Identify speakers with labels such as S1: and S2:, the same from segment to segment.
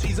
S1: She's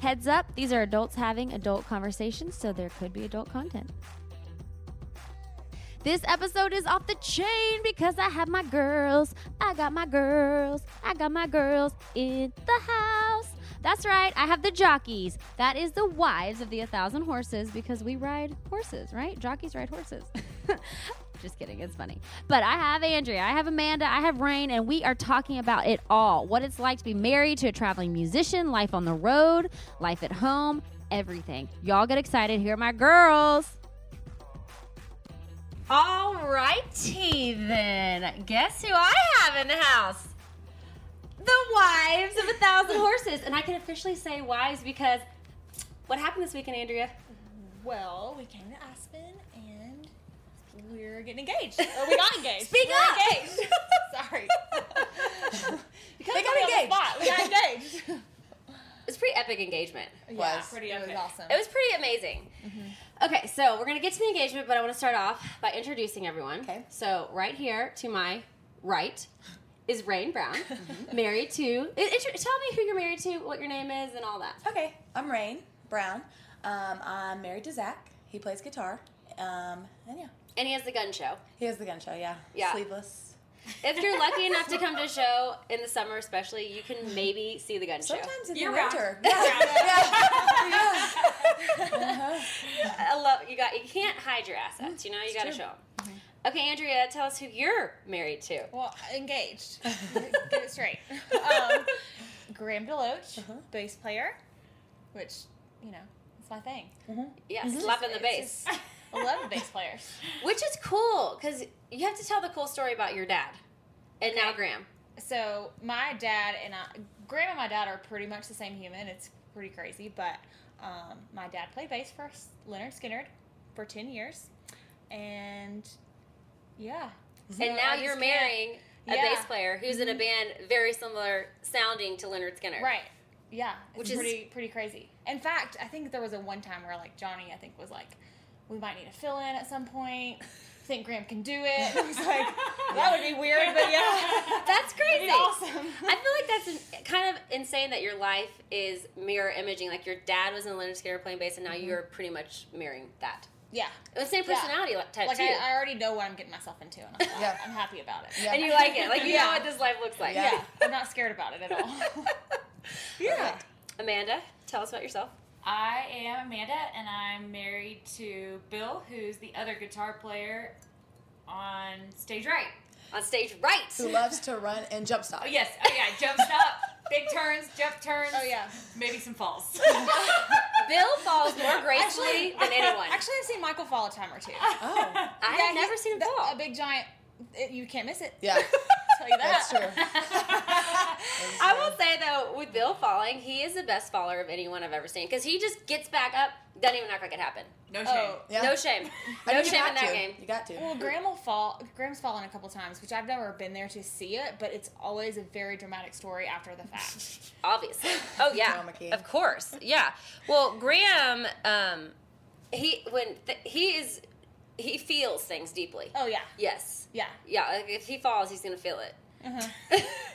S2: Heads up, these are adults having adult conversations, so there could be adult content. This episode is off the chain because I have my girls. I got my girls. I got my girls in the house. That's right, I have the jockeys. That is the wives of the A Thousand Horses because we ride horses, right? Jockeys ride horses. Just kidding, it's funny. But I have Andrea, I have Amanda, I have Rain, and we are talking about it all what it's like to be married to a traveling musician, life on the road, life at home, everything. Y'all get excited. Here are my girls. All righty then. Guess who I have in the house? The wives of a thousand horses. And I can officially say wives because what happened this weekend, Andrea?
S3: Well, we came to Aspen and we're getting engaged. Or Oh, we got engaged.
S2: Speak
S3: we're
S2: up!
S3: Engaged. Sorry. we got
S4: engaged.
S3: We got engaged.
S2: It's a pretty epic engagement.
S3: yeah,
S4: Was.
S3: pretty
S4: It
S3: epic.
S4: was awesome.
S2: It was pretty amazing. Okay, so we're gonna get to the engagement, but I wanna start off by introducing everyone.
S4: Okay.
S2: So, right here to my right is Rain Brown, married to. i- intro- Tell me who you're married to, what your name is, and all that.
S4: Okay, I'm Rain Brown. Um, I'm married to Zach. He plays guitar. Um, and yeah,
S2: And he has the gun show.
S4: he has the gun show. Yeah,
S2: Yeah.
S4: sleeveless.
S2: If you're lucky enough to come to a show in the summer, especially, you can maybe see the gun show.
S4: Sometimes in
S3: Year
S4: the
S3: round.
S4: winter. Yeah, yeah. yeah. Uh-huh.
S2: I love you. Got you can't hide your assets. You know you got to show. 'em. Okay, Andrea, tell us who you're married to.
S3: Well, engaged.
S4: Uh-huh.
S3: Get it straight. Um, Graham Deloach, bass player, which, you know, it's my thing.
S2: Yeah, slapping the bass,
S3: It's just- I love bass players.
S2: which is cool because you have to tell the cool story about your dad and now Graham.
S3: so my dad and I, Graham and my dad are pretty much the same human. It's pretty crazy, but um, my dad played bass for S- Leonard Skinner for ten years, and yeah. So
S2: and
S3: I
S2: now
S3: just
S2: you're
S3: can't-
S2: marrying a
S3: Yeah. Mm-hmm.
S2: bass player who's in a band very similar sounding to Leonard Skinner.
S3: right? Yeah, it's
S2: Which
S3: which
S2: is-
S3: is pretty pretty crazy. In fact, I think there was a one time where like Johnny, I think was like, we might need a fill in at some point. I think Graham can do it. I was like, that would be weird, but yeah,
S2: That's
S3: That'd
S2: crazy.
S3: be awesome.
S2: I feel like that's in- kind of insane that your life is mirror imaging. Like your dad was in Leonard Skinner playing bass, and now you're pretty much mirroring that.
S3: yeah.
S2: The same
S3: Mm-hmm. Yeah.
S2: personality li- type
S3: Like
S2: too.
S3: I, I already know what I'm getting myself into, and I'm,
S4: Yeah.
S3: I'm happy about it.
S4: Yeah.
S2: and you like it. Like you know
S3: Yeah.
S2: what this life looks like.
S3: Yeah, I'm not scared about it at all. yeah.
S2: Amanda, tell us about yourself.
S5: I am Amanda, and I'm married to Bill, who's the other guitar player on stage right.
S2: On stage right.
S4: Who loves to run and jump stop?
S5: Oh yes, oh yeah, jump stop, big turns, jump turns.
S3: Oh yeah.
S5: maybe some falls.
S2: Bill falls more gracefully than anyone.
S3: Actually, I've seen Michael fall a time or two.
S4: Oh,
S2: I
S3: Yeah,
S2: have never
S3: he's
S2: seen him
S3: the-
S2: fall.
S3: A big giant. It, you can't miss it.
S4: yeah.
S3: I'll tell you that.
S4: That's true.
S2: I will say though, with Bill falling, he is the best faller of anyone I've ever seen because he just gets back up, doesn't even act like it happened.
S5: no shame.
S3: Oh.
S4: Yeah.
S2: No shame. No
S4: I mean, you
S2: shame
S4: got
S2: in that
S4: to.
S2: game.
S4: You got to.
S3: Well, Graham will fall. Graham's fallen a couple times, which I've never been there to see it, but it's always a very dramatic story after the fact.
S2: Obviously. Oh yeah.
S4: Drama king.
S2: Of course. Yeah. Well, Graham, um, he when th- he is, he feels things deeply.
S3: Oh yeah,
S2: Yes.
S3: yeah.
S2: Yeah. Like if he falls, he's gonna feel it.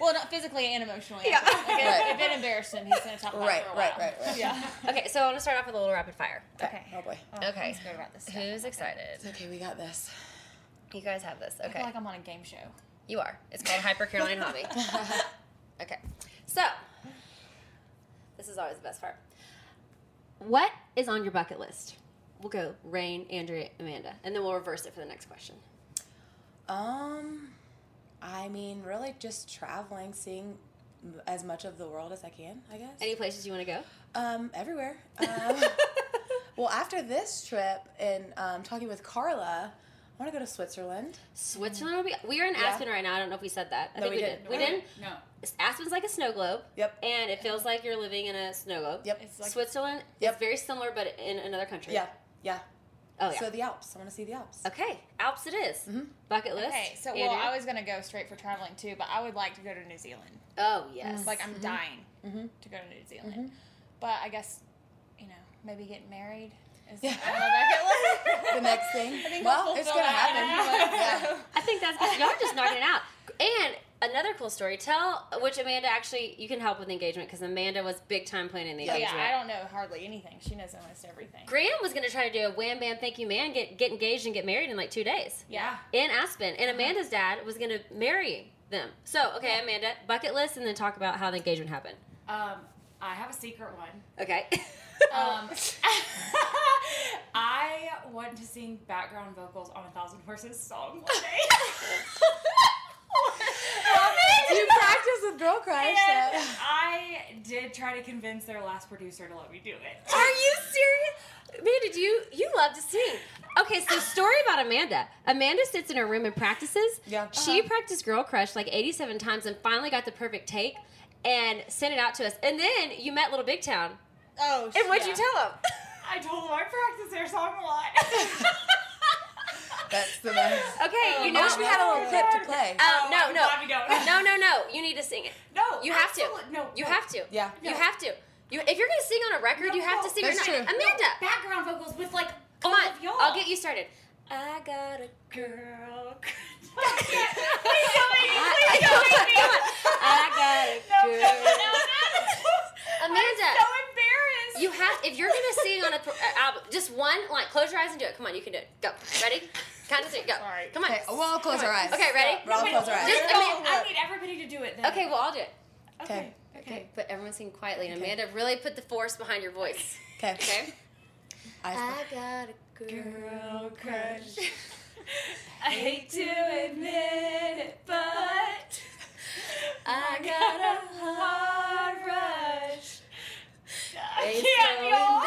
S3: Well, not physically and emotionally.
S2: Yeah.
S3: Like,
S4: Right.
S3: If it embarrassed him, he's gonna talk about
S4: Right,
S3: it for a while.
S4: right, right, right.
S3: Yeah.
S2: okay, so I want to start off with a little rapid fire.
S3: Okay.
S4: Oh boy.
S2: Okay.
S3: I'm scared about this. Stuff.
S2: Who's excited?
S4: Okay, we got this.
S2: You guys have this.
S3: I feel
S2: Okay.
S3: like I'm on a game show.
S2: You are. It's called Hyper Caroline Hobby. Okay. So, this is always the best part. What is on your bucket list? We'll go Rain, Andrea, Amanda, and then we'll reverse it for the next question.
S4: Um, I mean, really, just traveling, seeing m- as much of the world as I can. I guess.
S2: Any places you want to go?
S4: Um, everywhere. Uh, Um, well, after this trip and um, talking with Carla, want to go to Switzerland.
S2: Switzerland would be. We are in
S4: Yeah.
S2: Aspen right now. I don't know if we said that. I
S4: No,
S2: think
S4: we
S2: we
S4: didn't.
S2: did. We didn't.
S5: No.
S2: Aspen's like a snow globe,
S4: Yep.
S2: and it feels like you're living in a snow globe.
S4: Yep.
S3: It's like
S2: Switzerland
S4: Yep.
S2: is very similar, but in another country.
S4: Yeah. Yeah.
S2: Oh yeah.
S4: So the Alps. I want to see the Alps.
S2: okay. Alps it is.
S4: Mhm.
S2: Bucket list.
S3: Okay, so well,
S2: Andrea?
S3: I was gonna go straight for traveling too, but I would like to go to New Zealand.
S2: Oh yes.
S3: Like I'm dying
S4: Mhm.
S3: to go to New Zealand, but I guess you know maybe getting married. Is
S4: Yeah.
S3: on my bucket list.
S4: The next thing.
S3: I think
S4: well,
S3: we'll
S4: it's
S3: fulfill
S4: gonna
S3: that
S4: happen.
S3: anyway,
S4: Yeah.
S3: so.
S2: I think that's good. y'all are just knocking it out. And another cool story. Tell which Amanda actually you can help with engagement because Amanda was big time planning the
S4: Yeah.
S2: engagement.
S3: Yeah, I don't know hardly anything. She knows almost everything.
S2: Graham was gonna try to do a wham bam thank you man get get engaged and get married in like two days
S3: Yeah.
S2: in Aspen,
S3: Uh-huh.
S2: and Amanda's dad was gonna marry them. So okay, Amanda, bucket list, and then talk about how the engagement happened.
S5: Um, I have a secret one.
S2: Okay.
S5: Um, I want to sing background vocals on a Thousand Horses song one day.
S4: You practice with Girl Crush.
S5: And
S4: so-
S5: I did try to convince their last producer to let me do it.
S2: Are you serious? Amanda, do you you love to sing? Okay, so story about Amanda. Amanda sits in her room and practices.
S4: Yeah.
S2: She practiced Girl Crush like 87 times and finally got the perfect take and sent it out to us. And then you met Little Big Town.
S3: Oh.
S2: And what'd you
S3: yeah.
S2: tell him?
S5: I told them I practice their song a lot.
S4: That's the best.
S2: Okay,
S5: Oh,
S2: you know.
S4: I wish we had a little clip to play.
S2: Oh, no,
S5: I'm
S2: no.
S5: glad we don't.
S2: No, no, no. You need to sing it.
S5: No,
S2: You have to.
S5: absolute- No,
S2: You
S5: no.
S2: have to.
S4: Yeah.
S2: You have to. You, if you're gonna sing on a record,
S5: No,
S2: you have
S5: no,
S2: to sing. or
S4: that's
S2: not.
S4: true.
S2: Amanda,
S5: background vocals with like
S2: come
S5: all
S2: on.
S5: of y'all.
S2: I'll get you started. I got a
S5: girl.
S2: I, I got a girl. Amanda,
S5: I'm so embarrassed.
S2: you have. If you're gonna sing on a pro- uh, album, just one line. Close your eyes and do it. Come on, you can do it. Go. Ready? Count to three. Go.
S3: Sorry.
S2: Come on.
S4: Okay, we'll all close our eyes.
S2: Okay, ready?
S4: We'll all
S5: Wait,
S4: close our eyes.
S2: just-
S5: just-
S2: I
S5: I,
S2: mean,
S5: need everybody to do it. Then.
S2: Okay, we'll all do it.
S4: Okay.
S2: Okay, but everyone sing quietly. And Amanda, really put the force behind your voice.
S4: Okay.
S2: Okay.
S4: Eyes
S2: got a
S5: Girl crush. I hate to admit it, but I got a hard rush. I
S2: It's
S5: can't,
S2: going
S5: y'all.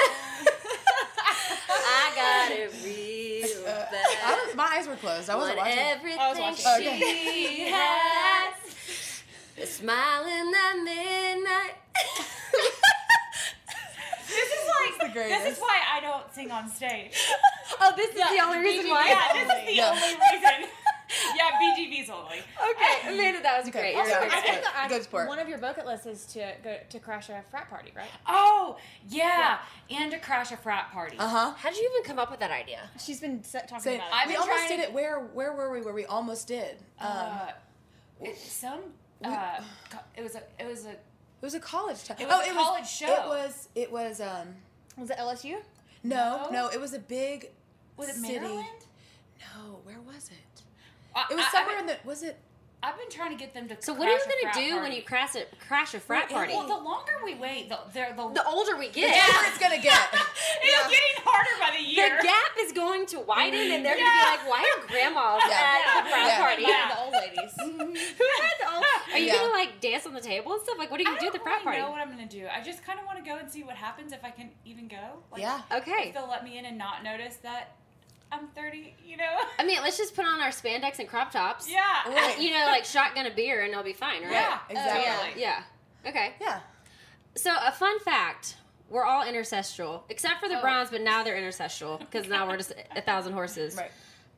S2: I got it real
S4: closed. Uh,
S2: bad.
S4: I was- my eyes were closed. I wasn't
S2: Want
S4: watching.
S2: everything
S3: I was watching.
S2: she
S4: Okay.
S2: has. The smile in the midnight.
S5: This is like
S4: That's the greatest.
S5: this is why I don't sing on stage.
S2: oh, this is the only reason why.
S5: Yeah, this is the
S4: Yeah.
S5: only reason. Yeah, BGBs only.
S2: Okay, Amanda, that was
S4: Okay,
S2: great.
S4: yeah,
S2: That was
S4: I
S2: great.
S4: think that I- Good sport.
S3: One of your bucket lists is to go to crash a frat party, right?
S5: Oh yeah, and to crash a frat party.
S4: Uh huh.
S2: How did you even come up with that idea?
S3: She's been s- talking
S4: So
S3: about it.
S5: I've
S4: we
S5: been
S4: almost
S5: trying
S4: did
S5: to-
S4: it. Where where were we? Where we almost did. Um,
S5: Uh, it- some uh, co- it was a it was a
S4: it was a college time.
S5: it was a college show.
S4: It was. It was. Um.
S3: was it LSU?
S4: No,
S5: No?
S4: no. It was a big.
S5: was it
S4: city.
S5: Maryland?
S4: No. Where was it?
S5: I-
S4: It was
S5: I- I've
S4: somewhere
S5: been-
S4: in the. Was it?
S5: I've been trying to get them to.
S2: So, what are you
S5: crash
S2: gonna
S5: a frat
S2: do when
S5: party.
S2: you crash a crash a frat party?
S5: Well, the longer we wait, the the, the,
S2: the older we get,
S4: Where it's gonna get.
S5: it's getting harder by the year.
S2: the gap is going to widen, and they're
S5: Yeah.
S2: gonna be like, "Why are grandmas
S4: Yeah.
S2: at the frat
S4: Yeah.
S2: party?
S3: Yeah, the old ladies.
S2: Who had the old? Are you
S4: Yeah.
S2: gonna like dance on the table and stuff? Like, what are you
S5: I
S2: gonna do at
S5: don't
S2: the frat
S5: really
S2: party?
S5: know what I'm gonna do. I just kind of want to go and see what happens if I can even go. Like,
S4: yeah.
S2: Okay.
S5: if they'll let me in and not notice that I'm 30. You know?
S2: I mean, let's just put on our spandex and crop tops.
S5: yeah.
S4: Right.
S2: You know, like shotgun a beer, and they'll be fine, right?
S5: Yeah.
S4: Exactly.
S5: totally.
S2: Yeah. Okay.
S4: Yeah.
S2: So, a fun fact we're all intercestral, except for the
S5: Oh.
S2: Browns, but now they're intercestral because now we're just a thousand horses.
S4: Right.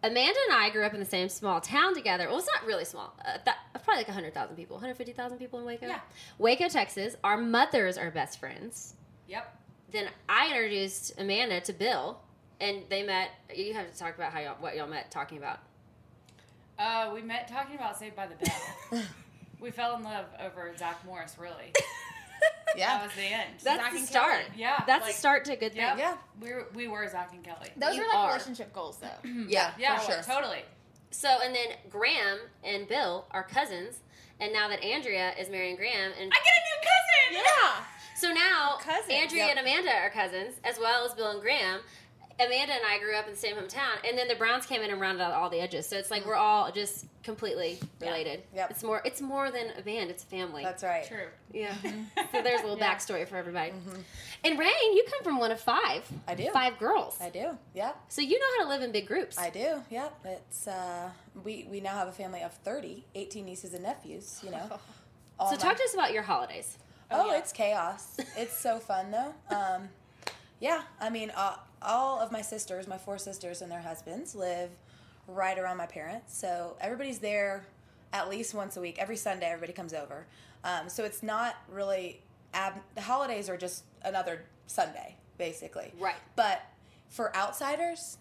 S2: Amanda and I grew up in the same small town together. Well, it's not really small. Uh, that, probably like 100,000 people, 150,000 people in Waco.
S5: Yeah.
S2: Waco, Texas. Our mothers are best friends.
S5: Yep.
S2: Then I introduced Amanda to Bill, and they met. You have to talk about how y'all, what y'all met talking about.
S5: Uh, we met talking about Saved by the Bell. we fell in love over Zach Morris. Really, that
S4: Yeah.
S5: was the end.
S2: That's
S3: Zach
S2: the
S3: and
S2: start.
S3: Kelly.
S5: Yeah,
S2: That's
S5: like-
S2: the start to a good thing.
S5: Yep.
S4: Yeah.
S5: we were, we were Zach and Kelly.
S3: Those
S2: You
S3: are like
S2: are.
S3: relationship goals, though.
S4: Yeah.
S5: Yeah,
S4: For sure.
S5: totally.
S2: So, and then Graham and Bill are cousins, and now that Andrea is marrying Graham, and
S5: I get a new cousin.
S3: Yeah.
S2: so now
S3: Cousins.
S2: Andrea
S4: Yep.
S2: and Amanda are cousins as well as Bill and Graham. Amanda and I grew up in the same hometown, and then the Browns came in and rounded out all the edges. So it's like we're all just completely related.
S4: Yep.
S2: It's more it's more than a band; it's a family.
S4: That's Mm-hmm. right.
S5: True.
S2: yeah. so there's a little
S3: Yeah.
S2: backstory for everybody. And Rain, you come from one of five.
S4: Mm-hmm. I do.
S2: Five girls.
S4: I do. Yep.
S2: So you know how to live in big groups.
S4: I do. Yep. It's uh, we we now have a family of 30, 18 nieces and nephews. You know. All
S2: so talk
S4: my-
S2: to us about your holidays.
S4: Oh,
S3: yeah.
S4: it's chaos. It's so fun though. Um, yeah, I mean, uh, all of my sisters, my four sisters and their husbands, live right around my parents, so everybody's there at least once a week. Every Sunday, everybody comes over. Um, so it's not really ab- the holidays are just another Sunday, basically.
S2: Right.
S4: But for outsiders,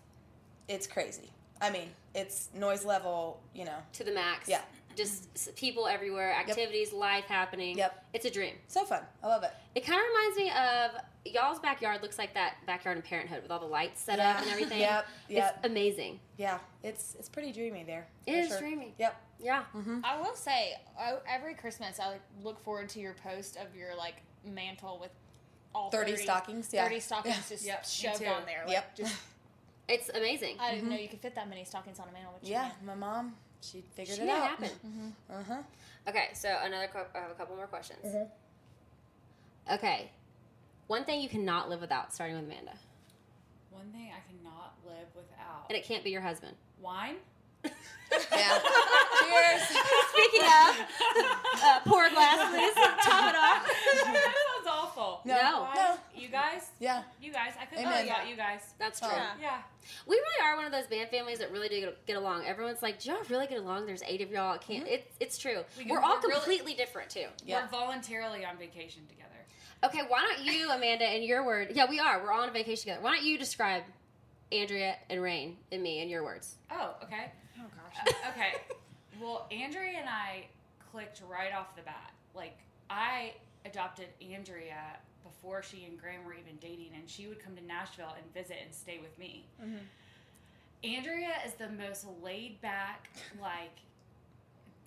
S4: it's crazy. I mean, it's noise level, you know,
S2: To the max.
S4: Yeah.
S2: Just s- people everywhere, activities, life happening.
S4: Yep.
S2: It's a dream.
S4: so fun. I love it.
S2: It kind of reminds me of y'all's backyard looks like that backyard in Parenthood with all the lights set up
S4: Yeah.
S2: and everything.
S4: Yep, yep.
S2: It's amazing.
S4: Yeah, it's it's pretty dreamy there.
S2: It
S4: for
S2: is dreamy.
S4: Yep.
S2: Yeah.
S3: I will say, I, every Christmas, I like, look forward to your post of your like mantle with all
S4: 30 stockings, yeah.
S3: 30 stockings
S4: Yeah.
S3: just
S5: Yep, me
S3: shoved
S5: too.
S3: on there. Like,
S4: Yep. Mm-hmm.
S3: Just,
S2: It's amazing.
S3: I didn't know you could fit that many stockings on a mantle. But you
S4: Yeah,
S3: can.
S4: my mom, she figured
S2: She
S4: it
S2: made it
S4: out.
S2: happen.
S4: Uh huh.
S2: Okay, so another co- I have a couple more questions.
S4: Mm-hmm.
S2: Okay. One thing you cannot live without, starting with Amanda.
S5: One thing I cannot live without
S2: And it can't be your husband.
S5: wine.
S4: Yeah. Cheers.
S2: Speaking of, uh, pour a glass, please. Top it off.
S5: that sounds awful.
S4: No.
S2: No.
S5: Guys,
S4: No.
S5: You guys,
S4: Yeah.
S5: you guys, I couldn't
S4: Amen.
S5: live without you guys.
S2: That's true.
S4: Yeah.
S5: Yeah.
S2: We really are one of those band families that really do get- get along. Everyone's like, "Do y'all really get along?" There's eight of y'all. It Can't it's it's true.
S5: We
S2: Mm-hmm. We are
S5: can-
S2: all
S5: we're really-
S2: completely different too.
S4: Yeah.
S5: We're voluntarily on vacation together.
S2: Okay, why don't you, Amanda, in your word? Yeah, we are. We're all on a vacation together. Why don't you describe Andrea and Rain and me in your words?
S5: Oh, okay.
S3: Oh gosh.
S5: Uh, okay. Well, Andrea and I clicked right off the bat. Like, I adopted Andrea before she and Graham were even dating, and she would come to Nashville and visit and stay with me.
S3: Mm-hmm.
S5: Andrea is the most laid back, like,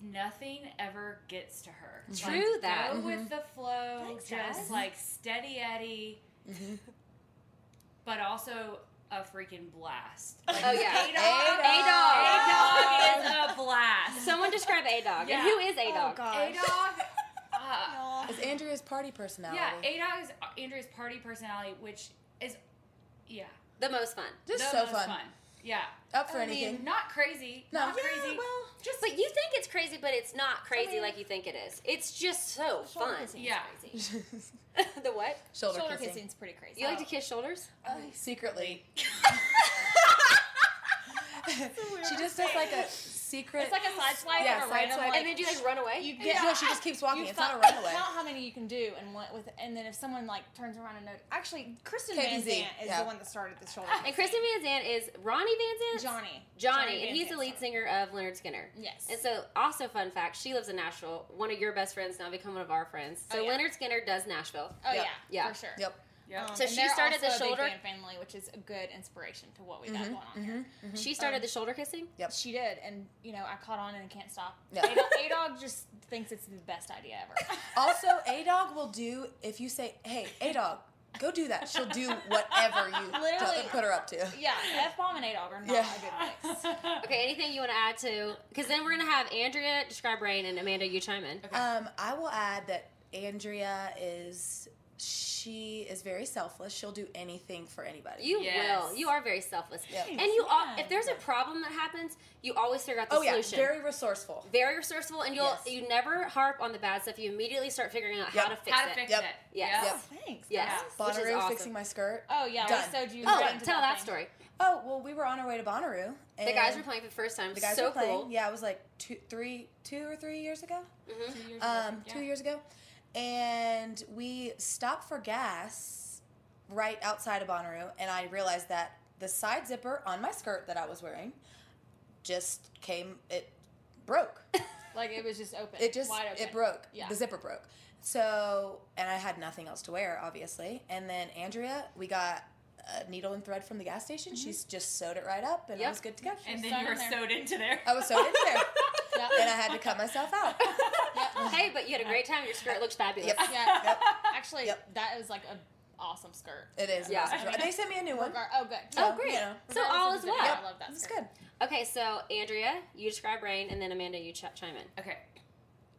S5: nothing ever gets to her.
S2: True
S5: Like,
S2: that. Mm-hmm.
S5: Go with the flow,
S3: Thanks,
S5: just
S3: guys.
S5: like steady Eddie, but also a freaking blast. Like,
S2: Oh yeah,
S4: Adolf.
S5: a dog is a blast.
S2: Someone describe a dog.
S5: Yeah.
S2: And who is a dog?
S5: A dog.
S4: It's Andrea's party personality.
S5: uh, yeah, A dog is Andrea's party personality, which is, yeah,
S2: the most fun.
S4: Just
S5: the
S4: so
S5: most
S4: fun.
S5: Yeah,
S4: Up for
S3: I mean,
S4: anything.
S5: not crazy.
S4: No.
S5: not
S4: Yeah,
S5: crazy.
S3: well,
S5: just
S2: But you think it's crazy, but it's not crazy like you think it is. It's just so fun.
S5: yeah.
S2: the what?
S4: Shoulder,
S3: shoulder
S4: kissing.
S3: kissing's pretty crazy.
S2: You like to kiss shoulders?
S4: Uh, secretly. she just does like a secret.
S3: it's like a side swipe
S4: Yeah,
S3: or a
S4: side
S3: random
S4: swipe.
S3: like.
S2: and then do you like run away?
S3: you get,
S4: yeah. No, she just keeps walking.
S3: You
S4: It's
S3: fi-
S4: not a runaway.
S3: Count how many you can do, and what with, and then if someone like turns around and note, actually, Kristen Van
S4: KVZ,
S3: Zant is
S4: yeah.
S3: the one that started the shoulder.
S2: and Kristen Van Zandt is Ronnie Van Zandt?
S3: Johnny.
S2: Johnny,
S3: Van
S2: and he's the
S3: Zant
S2: lead
S3: started.
S2: singer of Leonard Skinner.
S3: Yes.
S2: And so, also fun fact, she lives in Nashville. One of your best friends now become one of our friends. So
S3: Oh, yeah.
S2: Leonard Skinner does Nashville.
S3: Oh
S4: Yep.
S3: yeah,
S2: Yeah.
S3: for sure. Um,
S4: Yep.
S5: Yeah.
S4: Um,
S2: So
S3: and
S2: she
S3: they're
S2: started the
S3: also a big
S2: shoulder-
S3: band family, which is a good inspiration to what we
S4: Mm-hmm,
S3: got going on here.
S2: She started the shoulder kissing.
S4: Yep.
S3: She did, and you know I caught on and can't stop.
S4: Yeah.
S3: A dog just thinks it's the best idea ever.
S4: Also, A dog will do if you say, "Hey, A dog, go do that." She'll do whatever you
S3: Literally.
S4: t- put her up to.
S3: yeah, F bomb and A dog are not
S4: Yeah.
S3: a good mix.
S2: Okay, anything you want to add to? Because then we're going to have Andrea describe Rain and Amanda, you chime in.
S4: Um, I will add that Andrea is she is very selfless. She'll do anything for anybody.
S2: You
S5: Yes.
S2: will. You are very selfless.
S4: Yep.
S2: And you, all, if there's a problem that happens, you always figure out the
S4: oh yeah,
S2: solution.
S4: very resourceful.
S2: very resourceful, and you'll
S4: Yes.
S2: you never harp on the bad stuff. You immediately start figuring out
S4: Yep.
S2: how to fix
S5: How
S2: it.
S5: to fix
S4: Yep.
S5: it?
S2: Yes.
S4: Yep.
S3: Thanks.
S2: Yes,
S4: Bonnaroo
S2: which is awesome.
S4: fixing my skirt.
S3: Oh yeah,
S4: Done.
S3: we sewed you.
S2: oh,
S3: right
S2: tell
S3: into
S2: that
S3: thing.
S2: story.
S4: Oh well, we were on our way to Bonnaroo. And
S2: The guys were playing for the first time.
S4: The guys
S2: so
S4: were playing.
S2: cool.
S4: Yeah, it was like two, three, two or three years ago.
S5: Two years
S4: Um,
S5: ago.
S4: two
S5: Yeah.
S4: years ago, and we stopped for gas right outside of Bonnaroo, and I realized that the side zipper on my skirt that I was wearing just came. It broke.
S3: Like it was just open.
S4: It just
S3: wide open.
S4: it broke.
S3: Yeah.
S4: The zipper broke. So and I had nothing else to wear, obviously. And then Andrea, we got a needle and thread from the gas station. She's just sewed it right up, and I
S2: Yep.
S4: was good to go.
S5: And then
S3: Sewn
S5: you were
S3: in there.
S5: sewed into there.
S4: I was sewed in there,
S3: Yeah.
S4: and I had to cut myself out.
S3: Mm-hmm.
S2: Hey, but you had a great time. Your skirt looks fabulous.
S4: Yep.
S3: Yeah.
S4: Yep.
S3: Actually,
S4: Yep.
S3: that was like a awesome skirt.
S4: It is.
S2: Yeah.
S4: Yeah. They sent me a new one.
S3: Regar- oh, good.
S2: Oh,
S4: So,
S2: great.
S4: you know,
S2: So
S3: Regardless
S2: all
S3: of
S2: is
S3: the video,
S2: well.
S3: I love that
S4: It's
S3: skirt.
S4: good.
S2: Okay, so Andrea, you describe rain, and then Amanda, you ch- chime in.
S5: Okay.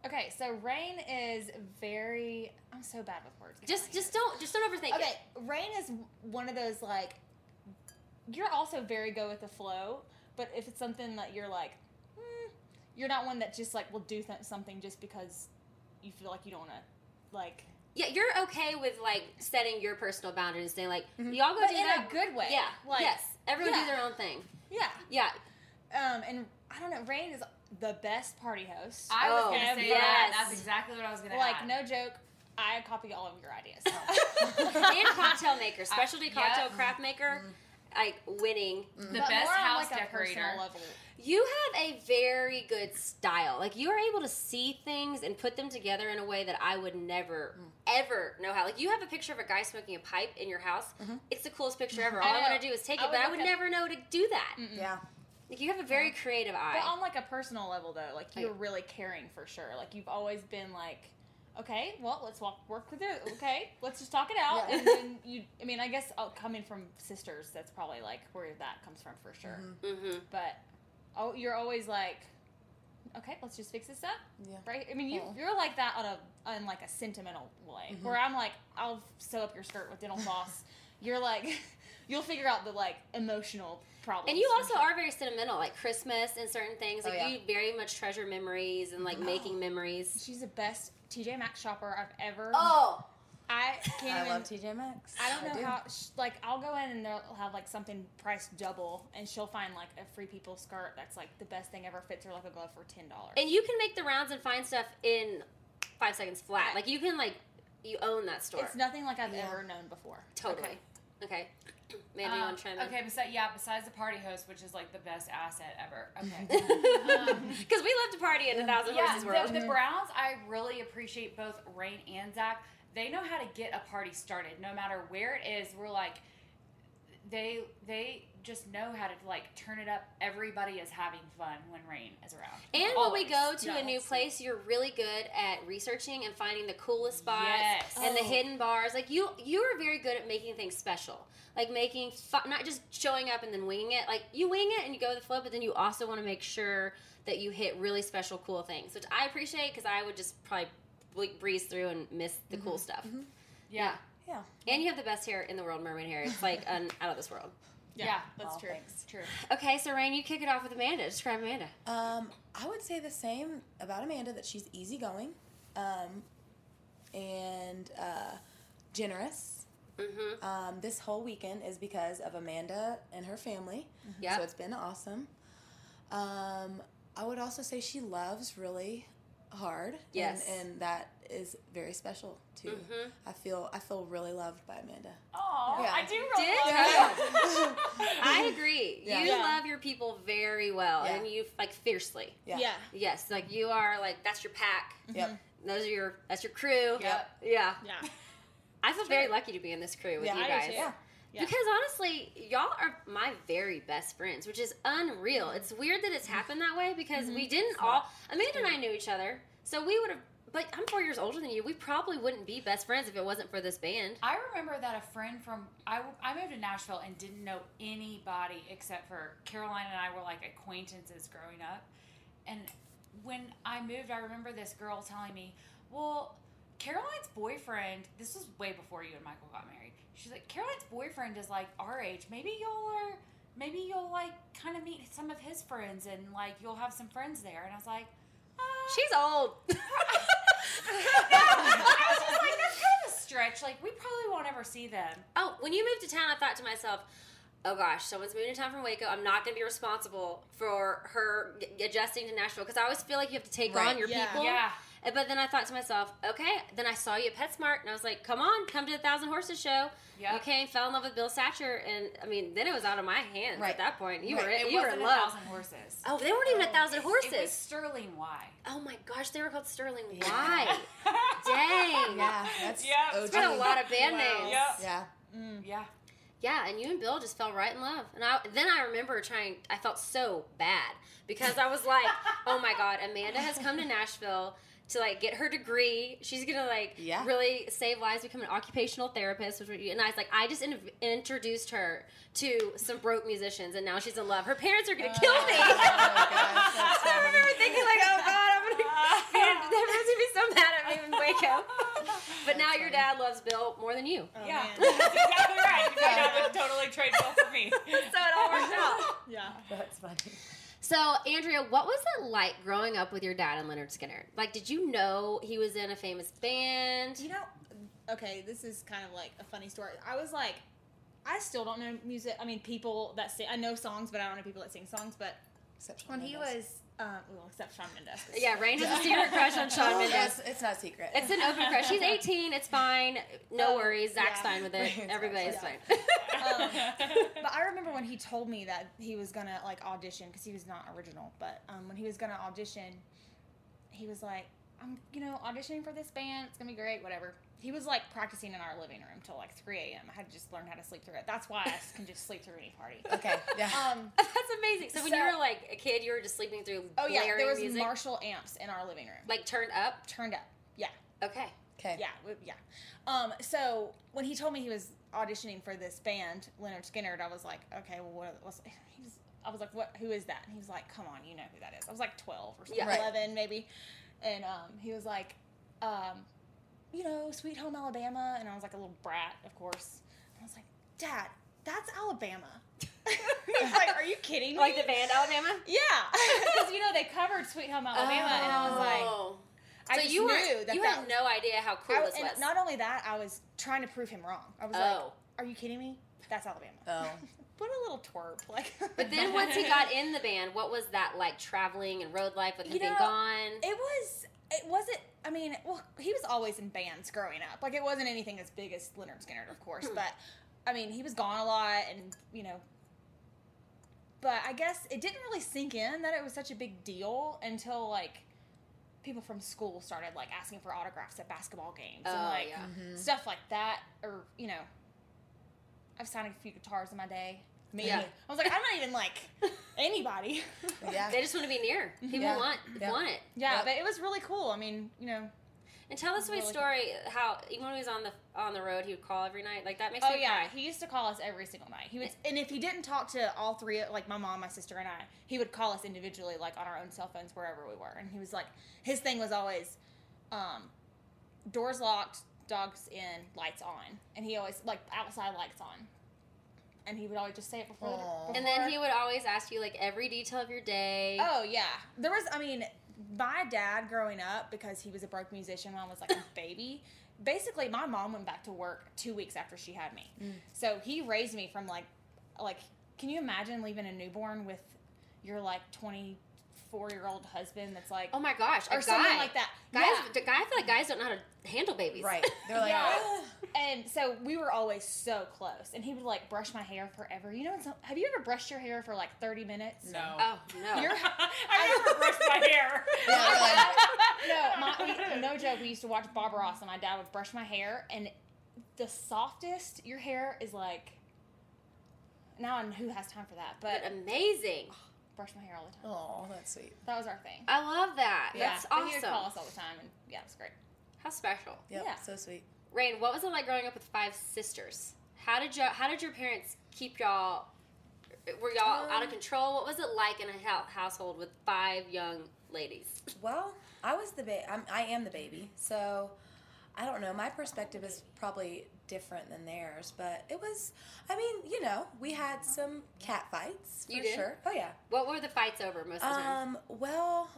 S3: Okay, so rain is very. I'm so bad with words.
S2: Just, just don't, just don't overthink
S3: Okay,
S2: it.
S3: rain is one of those like. You're also very go with the flow, but if it's something that you're like, hmm, you're not one that just like will do th- something just because you feel like you don't want to, like.
S2: Yeah, you're okay with like setting your personal boundaries and saying like, y'all go
S3: Mm-hmm. But
S2: do
S3: in
S2: that.
S3: a good way.
S2: Yeah.
S3: Like,
S2: yes. Everyone
S3: yeah.
S2: do their own thing.
S3: Yeah.
S2: Yeah.
S3: Um, and I don't know. Rain is the best party host.
S5: I was
S2: Oh,
S5: gonna say
S2: yes.
S5: that. That's exactly what I was gonna
S3: like
S5: add.
S3: no joke. I copy all of your ideas.
S2: and cocktail maker, specialty
S5: yep.
S2: cocktail craft maker,
S3: Mm-hmm.
S2: like winning.
S4: Mm.
S5: the
S3: But
S5: best
S3: more on,
S5: house
S3: like, a
S5: decorator.
S3: personal level.
S2: You have a very good style. Like you are able to see things and put them together in a way that I would never,
S3: Mm.
S2: ever know how. Like you have a picture of a guy smoking a pipe in your house. It's the coolest picture ever. All
S3: Mm-hmm. I
S2: I, want to
S3: know.
S2: do is take
S3: I
S2: it, but
S3: would
S2: I
S3: look
S2: would
S3: at-
S2: never know to do that.
S3: Mm.
S4: Yeah.
S2: Like you have a very creative eye.
S3: But on like a personal level though, like
S2: Oh,
S3: you're
S2: yeah.
S3: really caring for sure. Like you've always been like, okay, well let's walk work through. it. Okay, let's just talk it out.
S4: Yeah.
S3: And then you, I mean, I guess oh, coming from sisters, that's probably like where that comes from for sure.
S2: mm-hmm.
S3: But oh, you're always like, okay, let's just fix this up.
S4: Yeah.
S3: Right? I mean, you
S4: Oh.
S3: you're like that on a on like a sentimental way,
S2: Mm-hmm.
S3: where I'm like, I'll sew up your skirt with dental floss. you're like, you'll figure out the like emotional problems.
S2: And you
S3: for
S2: also
S3: sure.
S2: are very sentimental, like Christmas and certain things.
S4: Oh,
S2: Like
S4: yeah.
S2: you very much treasure memories and like making memories.
S3: She's the best TJ Maxx shopper I've ever.
S2: Oh,
S3: I can't
S4: I
S3: even.
S4: love TJ Maxx.
S3: I don't know
S4: do.
S3: how. sh- Like, I'll go in and they'll have like something priced double, and she'll find like a free people skirt that's like the best thing ever. Fits her like a glove for ten dollars.
S2: and you can make the rounds and find stuff in five seconds flat.
S3: Right.
S2: Like you can like you own that store.
S3: It's nothing like I've
S4: Yeah.
S3: ever known before.
S2: totally. Okay. Mandy, you
S5: Um,
S2: want to chime in?
S5: okay, besides yeah, besides the party host, which is like the best asset ever. Okay.
S2: Because we love to party in a thousand
S5: yeah,
S2: horses world.
S5: the, the Browns, I really appreciate both Rain and Zach. They know how to get a party started, no matter where it is. We're like, they they just know how to like turn it up. Everybody is having fun when Rain is around.
S2: and when we go
S5: Always.
S2: to a new place, you're really good at researching and finding the coolest spots
S5: Yes.
S2: and the
S4: Oh.
S2: hidden bars. Like you, you are very good at making things special. Like making fu- not just showing up and then winging it. Like you wing it and you go with the flow, but then you also want to make sure that you hit really special, cool things, which I appreciate because I would just probably ble- breeze through and miss the cool stuff.
S5: Yeah,
S4: Yeah.
S2: And you have the best hair in the world, mermaid hair. It's like un- out of this world.
S5: yeah,
S3: that's true.
S5: true.
S2: Okay, so Rain, you kick it off with Amanda. Describe Amanda.
S4: Um, I would say the same about Amanda that she's easygoing, um, and uh, generous.
S2: Mm-hmm.
S4: Um, this whole weekend is because of Amanda and her family.
S2: Yep.
S4: So it's been awesome. Um, I would also say she loves really hard. and-
S2: Yes.
S4: And, that is very special too.
S2: Mhm.
S4: I feel I feel really loved by Amanda.
S5: Oh,
S4: Yeah.
S5: I do
S2: Did
S5: really love
S2: Yeah.
S5: that.
S2: I agree.
S4: Yeah.
S2: You
S4: Yeah.
S2: love your people very well,
S4: Yeah.
S2: and you like fiercely.
S4: Yeah.
S2: Yes, like you are like that's your pack.
S4: Yep.
S2: Those are your that's your crew.
S5: Yep.
S2: Yeah,
S3: yeah.
S2: I feel very lucky to be in this crew with
S4: Yeah,
S2: you
S3: I do
S2: guys.
S3: too.
S4: Yeah.
S3: Yeah.
S2: Because honestly, y'all are my very best friends, which is unreal. It's weird that it's happened that way because we didn't all. Amanda and I knew each other, so we would have. But I'm four years older than you. We probably wouldn't be best friends if it wasn't for this band.
S5: I remember that a friend from I, I moved to Nashville and didn't know anybody except for Caroline and I were like acquaintances growing up. And when I moved, I remember this girl telling me, "Well, Caroline's boyfriend. This was way before you and Michael got married. She's like, Caroline's boyfriend is like our age. Maybe y'all are. Maybe you'll like kind of meet some of his friends and like you'll have some friends there." And I was like, uh,
S2: She's old.
S5: I was just like, "Oh that's kind of a stretch. Like, we probably won't ever see them.
S2: Oh, when you moved to town, I thought to myself, oh gosh, someone's moving to town from Waco. I'm not going to be responsible for her g- adjusting to Nashville because I always feel like you have to take
S4: Right.
S2: on your
S3: Yeah.
S2: people.
S5: Yeah.
S2: And- But then I thought to myself, okay, then I saw you at PetSmart and I was like, come on, come to the Thousand Horses show.
S5: Yeah.
S2: You came, fell in love with Bill Satcher, and I mean, then it was out of my hands at
S4: Right.
S2: that point. You were
S4: Right.
S2: in,
S5: It
S2: you were
S5: wasn't
S2: in
S5: a
S2: love.
S5: thousand horses.
S2: Oh, they weren't even a thousand
S5: It was
S2: horses.
S5: Sterling Y.
S2: Oh my gosh, they were called Sterling. Why? Dang.
S4: Yeah. That's
S5: Yeah,
S4: OG.
S5: it's
S2: It's been a lot of band
S5: Wow.
S2: names.
S5: Yep.
S4: Yeah.
S5: Yeah.
S2: Yeah, and you and Bill just fell right in love. And I then I remember trying I felt so bad because I was like, "Oh my god, Amanda has come to Nashville to like get her degree. She's gonna like
S4: Yeah.
S2: really save lives, become an occupational therapist. Which would be, and I was like, I just in, introduced her to some broke musicians, and now she's in love. Her parents are gonna kill me.
S5: Uh.
S4: gosh, that's so
S2: I remember thinking like, oh god, I'm gonna. and Everyone's gonna be so mad at me when wake up. But now your dad loves Bill more than you,
S3: Oh,
S5: yeah,
S3: man.
S5: that's exactly right. Your dad would totally trade well for me.
S2: so it all worked out.
S3: yeah.
S4: That's funny.
S2: So, Andrea, what was it like growing up with your dad and Leonard Skinner? Like, did you know he was in a famous band?
S3: Do you know? Okay, this is kind of like a funny story. I was like, I still don't know music. I mean, people that sing. I know songs, but I don't know people that sing songs. But
S4: Except
S3: when
S4: Shawn
S3: he
S4: Mendes.
S3: was, um, well, except Shawn Mendes.
S2: Yeah, Rain has a secret crush on Sean
S4: Oh,
S2: Mendes.
S4: that's- It's not a secret.
S2: It's an open crush. He's 18. It's fine. No
S3: Oh,
S2: worries. Zach's
S3: yeah.
S2: fine with it.
S4: It's
S2: Everybody's
S3: fine.
S2: fine.
S5: um,
S3: But I remember when he told me that he was gonna like audition because he was not original. But um, when he was gonna audition, he was like, "I'm, you know, auditioning for this band. It's gonna be great. Whatever." He was like practicing in our living room till like 3 a.m. I had just learned how to sleep through it. That's why I can just sleep through any party.
S4: okay. Yeah.
S3: Um,
S2: That's amazing. So, when you
S3: So-
S2: were like a kid, you were just sleeping through
S3: oh yeah,
S2: blaring
S3: there was
S2: music,
S3: Marshall amps in our living room,
S2: like turned up.
S3: turned up. Yeah,
S2: Okay.
S4: okay.
S3: yeah, we- yeah. Um, so when he told me he was auditioning for this band, Leonard Skinner, I was like, okay, well, what? What's, he was, I was like, what? Who is that? And he was like, come on, you know who that is. I was like twelve or something,
S2: Yeah.
S4: Right.
S3: eleven maybe, and um, he was like, um, you know, Sweet Home Alabama, and I was like a little brat, of course. And I was like, Dad, that's Alabama. He's like, are you kidding me?
S2: Like the band Alabama?
S3: Yeah, because you know they covered Sweet Home Alabama, and I was like,
S2: Oh.
S3: I
S2: so
S3: just
S2: you weren't-
S3: knew that
S2: you
S3: that
S2: had
S3: was-
S2: no idea how cool
S3: I-
S2: this
S3: and
S2: was.
S3: not only that, I was trying to prove him wrong. I was
S2: Oh.
S3: like, "Are you kidding me? That's Alabama."
S4: Oh.
S3: What a little twerp! Like,
S2: But then once he got in the band, what was that like traveling and road life with him
S3: You
S2: being
S3: know,
S2: gone?
S3: it was. It wasn't. I mean, well, he was always in bands growing up. Like, it wasn't anything as big as Leonard Skinner, of course.
S2: Hmm.
S3: but I mean, he was gone a lot, and you know. But I guess it didn't really sink in that it was such a big deal until like people from school started like asking for autographs at basketball games and
S2: Oh,
S3: like
S2: yeah.
S3: stuff like that, or you know, I've sounded a few guitars in my day. Me,
S2: Yeah.
S3: I was like, I'm not even like anybody.
S4: Yeah.
S2: They just want to be near. People
S4: Yeah.
S2: want
S4: Yeah.
S2: want it.
S3: yeah,
S4: Yep.
S3: but it was really cool. I mean, you know,
S2: And tell us a sweet
S3: Really
S2: story how even when he was on the on the road, he would call every night. Like that makes
S3: Oh
S2: me
S3: yeah,
S2: cry.
S3: he used to call us every single night. He would, and if he didn't talk to all three, like my mom, my sister, and I, he would call us individually, like on our own cell phones wherever we were. And he was like, his thing was always, um, doors locked, dogs in, lights on, and he always like outside lights on, and he would always just say it before.
S4: Aw.
S3: before
S2: And then he would always ask you like every detail of your day.
S3: Oh yeah, there was. I mean, my dad growing up because he was a broke musician when I was like a baby. Basically, my mom went back to work two weeks after she had me,
S2: Mm.
S3: so he raised me from like, like, can you imagine leaving a newborn with your like twenty four year old husband that's like,
S2: Oh my gosh, a
S3: or something
S2: guy.
S3: like that,
S2: Guys,
S3: Yeah.
S2: the guy. I feel like guys don't know how to handle babies.
S4: Right. They're like,
S3: Yeah.
S4: "Ah."
S3: And so we were always so close, and he would like brush my hair forever. You know, it's- have you ever brushed your hair for like thirty minutes?
S5: No.
S2: Oh no.
S3: You're-
S5: I never brushed my hair.
S4: Yeah, they're like,
S3: No, my, we, no joke. We used to watch Bob Ross, and my dad would brush my hair, and the softest your hair is like. Now and who has time for that? But
S2: but amazing.
S3: brush my hair all the time.
S4: oh, that's sweet.
S3: That was our thing.
S2: I love that. That's
S3: but He would call
S2: awesome.
S3: us all the time, and yeah, it was great.
S2: How special.
S4: Yep,
S3: Yeah.
S4: so sweet.
S2: Rain, what was it like growing up with five sisters? How did you how did your parents keep y'all were y'all out
S4: Um,
S2: of control? What was it like in a hou- household with five young ladies?
S4: Well, I was the baby. I am the baby, so I don't know. My perspective is probably different than theirs, but it was. I mean, you know, we had some cat fights for
S2: You did?
S4: sure. Oh yeah.
S2: What were the fights over most of the time?
S4: Um. Well,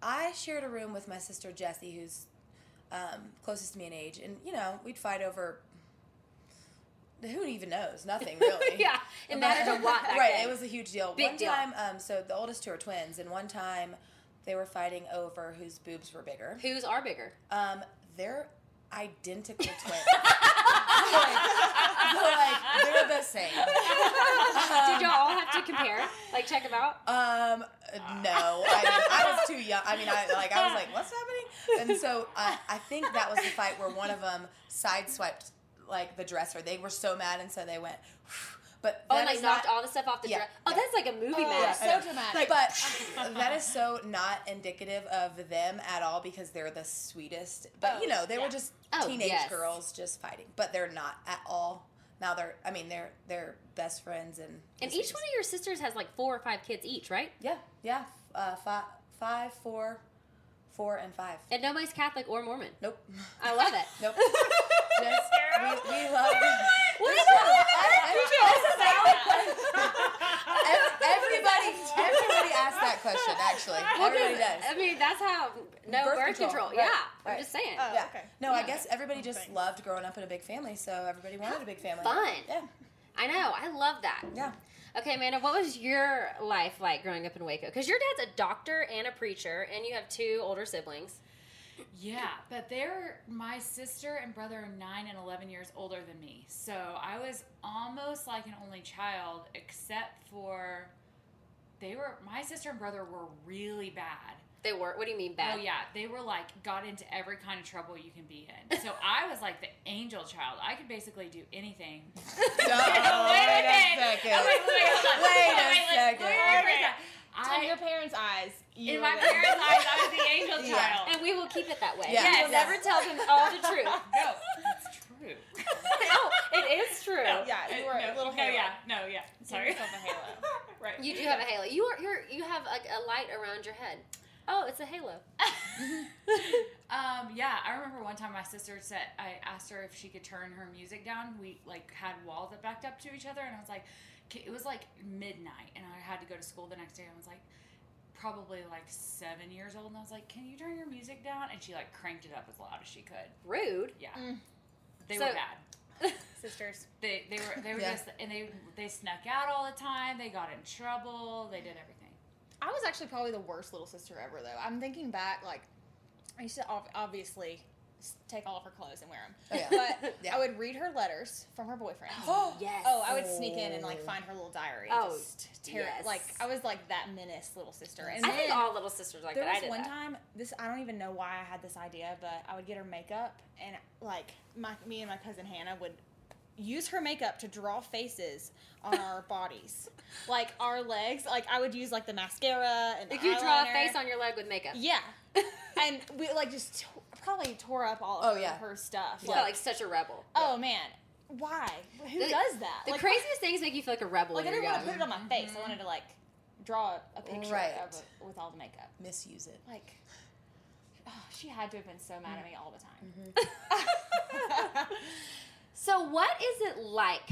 S4: I shared a room with my sister Jessie, who's um, closest to me in age, and you know, we'd fight over. Who even knows? Nothing really.
S2: yeah, it mattered a lot back
S4: Um, right,
S2: then.
S4: it was a huge deal.
S2: Big
S4: one
S2: deal.
S4: time, um, so the oldest two are twins, and one time they were fighting over whose boobs were bigger.
S2: Who's are bigger?
S4: Um, they're identical twins. like, so, like, they're the same.
S2: Did y'all all have to compare, like check them out?
S4: Um, no, I, mean, I was too young. I mean, I like I was like, what's happening? And so I, I think that was the fight where one of them sideswiped like the dresser. They were so mad, and so they went. But
S2: Oh,
S4: that
S2: and like
S4: is
S2: knocked
S4: not-
S2: all the stuff off the
S4: Yeah.
S2: dra- Oh,
S4: Yeah.
S2: that's like a movie
S3: Oh,
S2: match.
S3: so
S4: I know.
S3: dramatic.
S4: But that is so not indicative of them at all because they're the sweetest. But
S3: Oh,
S4: you know, they
S3: yeah.
S4: were just
S2: Oh,
S4: teenage
S2: yes.
S4: girls just fighting. But they're not at all. Now they're. I mean, they're they're best friends and.
S2: And each one of your sisters has like four or five kids each, right?
S4: Yeah, yeah. Uh, five, five, four, four, and five.
S2: And nobody's Catholic or Mormon.
S4: Nope.
S2: I love it.
S4: Nope. Just, we, we love.
S2: What is
S4: Ev- Everybody, everybody asks that question. Actually,
S2: Well, 'cause,
S4: everybody does.
S2: I mean, that's how no birth,
S4: Birth
S2: control.
S4: control, right,
S2: Yeah, I'm
S4: right. Uh.
S2: just saying.
S3: Oh,
S4: yeah.
S3: okay.
S4: No, I guess everybody just
S3: Thanks.
S4: loved growing up in a big family, so everybody wanted a big family.
S2: Fun.
S4: Yeah.
S2: I know. I love that.
S4: Yeah.
S2: Okay, Amanda, what was your life like growing up in Waco? Because your dad's a doctor and a preacher, and you have two older siblings.
S5: Yeah, but they're my sister and brother are nine and eleven years older than me, so I was almost like an only child, except for they were my sister and brother were really bad.
S2: They were. What do you mean bad?
S5: Oh yeah, they were like got into every kind of trouble you can be in. So I was like the angel child. I could basically do anything.
S4: wait a second.
S5: Oh, wait, wait, hold on.
S4: Wait a
S5: Oh, wait, let-
S4: second.
S5: wait, wait, wait, wait.
S3: in your
S5: I,
S3: parents' eyes, you
S5: in
S3: were
S5: my
S3: the-
S5: parents' eyes, I was the angel
S4: Yeah.
S5: child.
S2: And we will keep it that way.
S4: Yeah.
S2: We will
S5: Yes.
S2: never tell them all the truth.
S5: No, it's true.
S2: no, it is true.
S3: Yeah, you were
S5: no,
S3: a little
S5: no,
S3: halo.
S5: yeah, no, yeah. Sorry.
S3: yourself a halo.
S5: right.
S2: You do have a halo. You are. You're. You have like a light around your head. Oh, it's a halo.
S5: um, yeah, I remember one time my sister said I asked her if she could turn her music down. We like had walls that backed up to each other, and I was like, "K- it was like midnight, and I had to go to school the next day. I was like, probably like seven years old, and I was like, "Can you turn your music down?" And she like cranked it up as loud as she could.
S2: Rude.
S5: Yeah,
S3: Mm.
S5: they
S2: So-
S5: were bad.
S3: Sisters.
S5: They they were they were
S4: Yeah.
S5: just and they they snuck out all the time. They got in trouble. They did everything.
S3: I was actually probably the worst little sister ever, though. I'm thinking back, like, I used to ob- obviously s- take all of her clothes and wear
S4: Oh,
S3: them.
S4: yeah.
S3: But
S4: Yeah.
S3: I would read her letters from her boyfriend.
S4: Oh,
S2: Yes.
S3: Oh, I would sneak in and like find her little diary. and
S2: Oh,
S3: just tear
S2: yes.
S3: Like I was like that menace little sister. And
S2: I
S3: then
S2: think all little sisters like
S3: there
S2: that. I
S3: was
S2: did
S3: one
S2: that.
S3: time this I don't even know why I had this idea, but I would get her makeup and like my me and my cousin Hannah would use her makeup to draw faces on our bodies, like our legs. Like I would use like the mascara and
S2: If you draw a
S3: eyeliner.
S2: face on your leg with makeup, you
S3: Yeah. and we like just t- probably tore up all
S4: Oh,
S3: of her,
S4: yeah.
S3: her stuff.
S2: felt like such a rebel.
S3: oh man, why? Who
S2: The-
S3: does that?
S2: The
S3: Like,
S2: craziest things make you feel like a rebel.
S3: Like I
S2: when you're
S3: didn't want to
S2: young.
S3: put it on my face. I wanted to like draw a- a picture
S4: Mm-hmm. Right.
S3: of it with all the makeup.
S4: Misuse it.
S3: Like, oh, she had to have been so mad
S4: Mm.
S3: at me all the time.
S4: Mm-hmm.
S2: So, what is it like?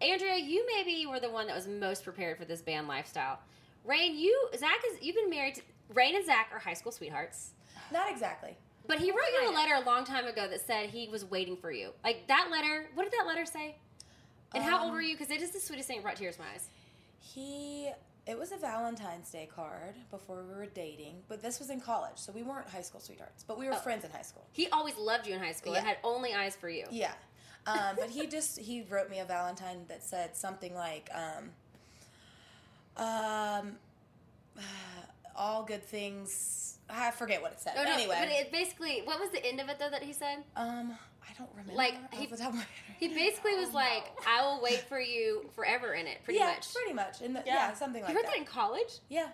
S2: Andrea, you maybe were the one that was most prepared for this band lifestyle. Rain, you Zach is you've been married. To, Rain and Zach are high school sweethearts,
S4: Not exactly.
S2: but he wrote you a letter a long time ago that said he was waiting for you. Like that letter. What did that letter say? And how old
S4: Um,
S2: were you? Because it is the sweetest thing. It brought tears to my eyes.
S4: He. It was a Valentine's Day card before we were dating, but this was in college, so we weren't high school sweethearts, but we were
S2: Oh.
S4: friends in high school.
S2: He always loved you in high school.
S4: Yeah.
S2: and had only eyes for you.
S4: Yeah. Um, but he just he wrote me a Valentine that said something like, um, um, all good things. I forget what it said.
S2: No, no,
S4: anyway,
S2: but it basically, what was the end of it though that he said?
S4: um, I don't remember.
S2: Like,
S4: off
S2: he-
S4: the top of my head.
S2: He basically was like, "I will wait for you forever." In it, pretty
S4: Oh, yeah,
S2: much.
S4: pretty much. In the, yeah.
S3: Yeah.
S4: something
S2: you
S4: like
S2: heard
S4: that.
S2: that in college.
S4: Yeah.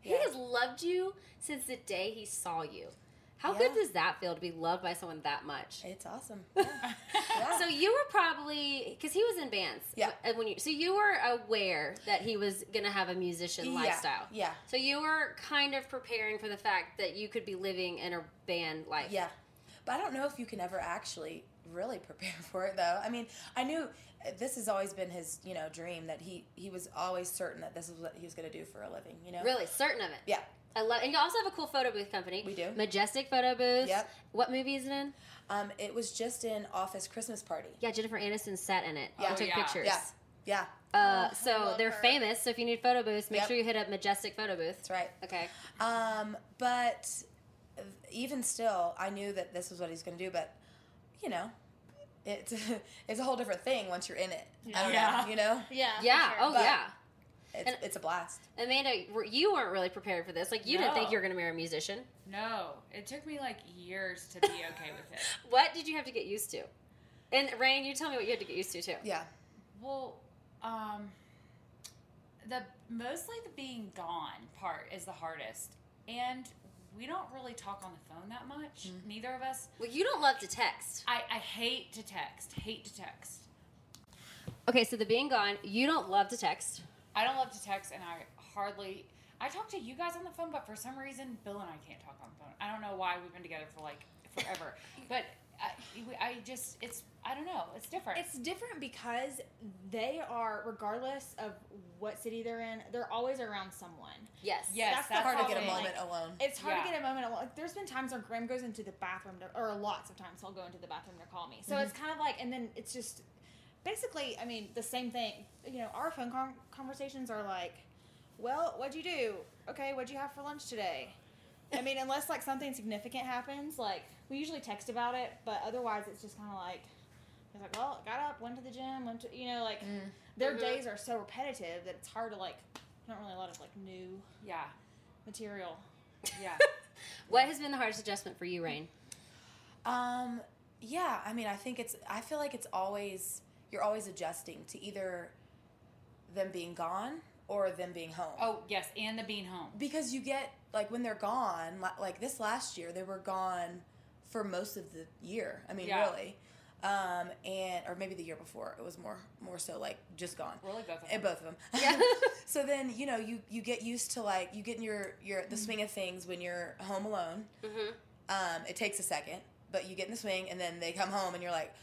S2: He
S4: Yeah.
S2: has loved you since the day he saw you. How
S4: Yeah.
S2: good does that feel to be loved by someone that much?
S4: It's awesome. Yeah. Yeah.
S2: So you were probably because he was in bands.
S4: Yeah.
S2: And when you so you were aware that he was gonna have a musician
S4: Yeah,
S2: lifestyle.
S4: yeah.
S2: So you were kind of preparing for the fact that you could be living in a band life.
S4: Yeah. But I don't know if you can ever actually really prepare for it though. I mean, I knew uh, this has always been his, you know, dream that he he was always certain that this is what he was going to do for a living, you know.
S2: Really certain of it.
S4: Yeah.
S2: I love, and you also have a cool photo booth company.
S4: We do.
S2: Majestic Photo Booth.
S4: Yep.
S2: What movie is it in?
S4: Um it was just in office Christmas party.
S2: Yeah, Jennifer Aniston sat in it.
S4: Yeah.
S2: and took
S5: Oh, yeah.
S2: pictures.
S4: Yeah. Yeah.
S2: Uh,
S3: Oh, I
S2: so
S3: love
S2: they're
S3: her.
S2: famous. So if you need photo booths, make
S4: Yep.
S2: sure you hit up Majestic Photo Booth.
S4: That's right.
S2: Okay.
S4: Um, but even still, I knew that this was what he's going to do. But you know, it's it's a whole different thing once you're in it. I don't
S5: Yeah.
S4: know. You know,
S3: Yeah. for
S2: Yeah.
S3: sure.
S2: Oh,
S4: But-
S2: yeah.
S4: it's,
S2: And-
S4: it's a blast.
S2: Amanda, were- you weren't really prepared for this. Like, you didn't think
S5: No.
S2: you were going to marry a musician.
S5: No, it took me like years to be okay with it.
S2: What did you have to get used to? And Rain, you tell me what you had to get used to too.
S4: Yeah.
S5: Well, um, the mostly the being gone part is the hardest, and we don't really talk on the phone that much.
S3: Hmm.
S5: Neither of us.
S2: Well, you don't love to text.
S5: I, I hate to text. Hate to text.
S2: Okay, so the being gone, you don't love to text.
S5: I don't love to text, and I hardly. I talk to you guys on the phone, but for some reason, Bill and I can't talk on the phone. I don't know why. We've been together for like forever, but I, we- I just it's I don't know. It's different.
S3: It's different because they are, regardless of what city they're in, they're always around someone.
S2: Yes.
S5: Yes,
S3: that's the
S5: that's
S4: Hard to get a
S5: something.
S4: moment alone.
S3: It's hard to
S5: Yeah.
S3: get a moment. alone. Like, there's been times where Graham goes into the bathroom, to, or lots of times he'll go into the bathroom to call me. So it's kind of like, and then it's just basically, I mean, the same thing. You know, our phone con- conversations are like, well, what'd you do? Okay, what'd you have for lunch today? I mean, unless like something significant happens, like we usually text about it, but otherwise it's just kind of like, it's like, well, got up, went to the gym, went to, you know, like their
S2: Mhm.
S3: days are so repetitive that it's hard to like, not really a lot of like new
S5: yeah,
S3: material.
S5: yeah.
S2: What has been the hardest adjustment for you, Rain?
S4: Um, yeah, I mean, I think it's, I feel like it's always, you're always adjusting to either them being gone or them being home.
S5: oh yes, and the being home.
S4: Because you get, like, when they're gone, li- like this last year, they were gone for most of the year. I mean,
S5: Yeah.
S4: really. Um, and, or maybe the year before, it was more, more so like just gone.
S5: Really both of
S4: Eh,
S5: them.
S4: both of them. so then you know you you get used to like you get in your your
S5: Mm-hmm.
S4: the swing of things when you're home alone.
S2: Mhm.
S4: Um, it takes a second, but you get in the swing, and then they come home, and you're like,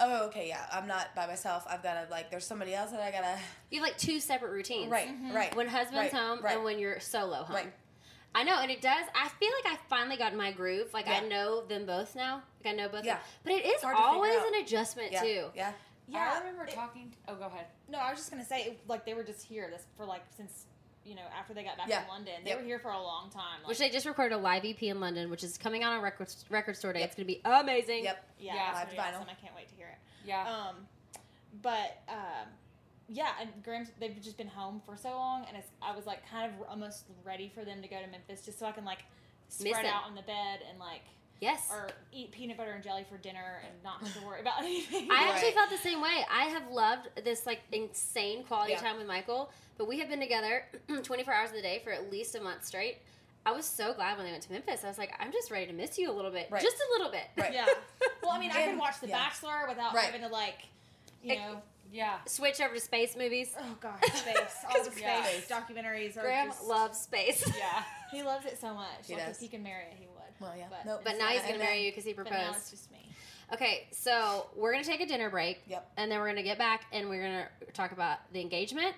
S4: oh okay, yeah, I'm not by myself. I've got to like, there's somebody else that I gotta.
S2: You have like two separate routines.
S4: Right, right.
S2: When husband's
S4: right,
S2: home
S4: right.
S2: and when you're solo home.
S4: Right.
S2: I know, and it does. I feel like I finally got in my groove. Like I
S4: Yeah.
S2: know them both now. Like I know both. of
S4: Yeah.
S2: them. But it is
S4: hard to figure
S2: always
S4: out.
S2: an adjustment
S4: yeah,
S2: too.
S4: yeah,
S5: Yeah,
S3: Yeah,
S5: I remember
S3: it-
S5: talking. oh, go ahead.
S3: No, I was just gonna say, it, like they were just here this for like since you know after they got back
S4: Yeah.
S3: from London, they
S4: Yep.
S3: were here for a long time. Like,
S2: Which they just recorded a live EP in London, which is coming out on record record store day. It's gonna be amazing.
S4: yep.
S3: yeah,
S5: Yeah.
S3: it's
S4: Live
S3: gonna be
S4: vinyl.
S3: awesome. I can't wait to hear it.
S5: Yeah,
S3: Um, but um, yeah, and Graham's they've just been home for so long, and it's I was like kind of almost ready for them to go to Memphis just so I can like spread
S2: them.
S3: out on the bed and like
S2: Yes.
S3: or eat peanut butter and jelly for dinner and not have to worry about anything.
S2: I actually
S4: Right.
S2: felt the same way. I have loved this like insane quality
S4: Yeah.
S2: time with Michael, but we have been together 24 hours of the day for at least a month straight. I was so glad when they went to Memphis. I was like, I'm just ready to miss you a little bit,
S4: Right.
S2: just a little bit.
S4: Right.
S3: yeah. Well, I mean, I could
S4: And-
S3: watch The
S4: yeah.
S3: Bachelor without
S4: Right.
S3: having to like you
S2: It-
S3: know.
S5: yeah.
S2: Switch over to space movies.
S3: Oh god, space! All the space
S5: Yeah.
S3: documentaries are
S2: Graham
S3: just.
S2: loves space,
S5: Yeah,
S3: he loves it so much.
S4: He
S3: like
S4: does.
S3: if he can marry it, he would.
S4: Well, yeah.
S3: But,
S4: Nope.
S2: but now he's
S4: And
S2: gonna
S4: then-
S2: marry you because he
S3: but now it's
S2: proposed.
S3: just me.
S2: Okay, so we're gonna take a dinner break.
S4: Yep.
S2: And then we're gonna get back and we're gonna talk about the engagement.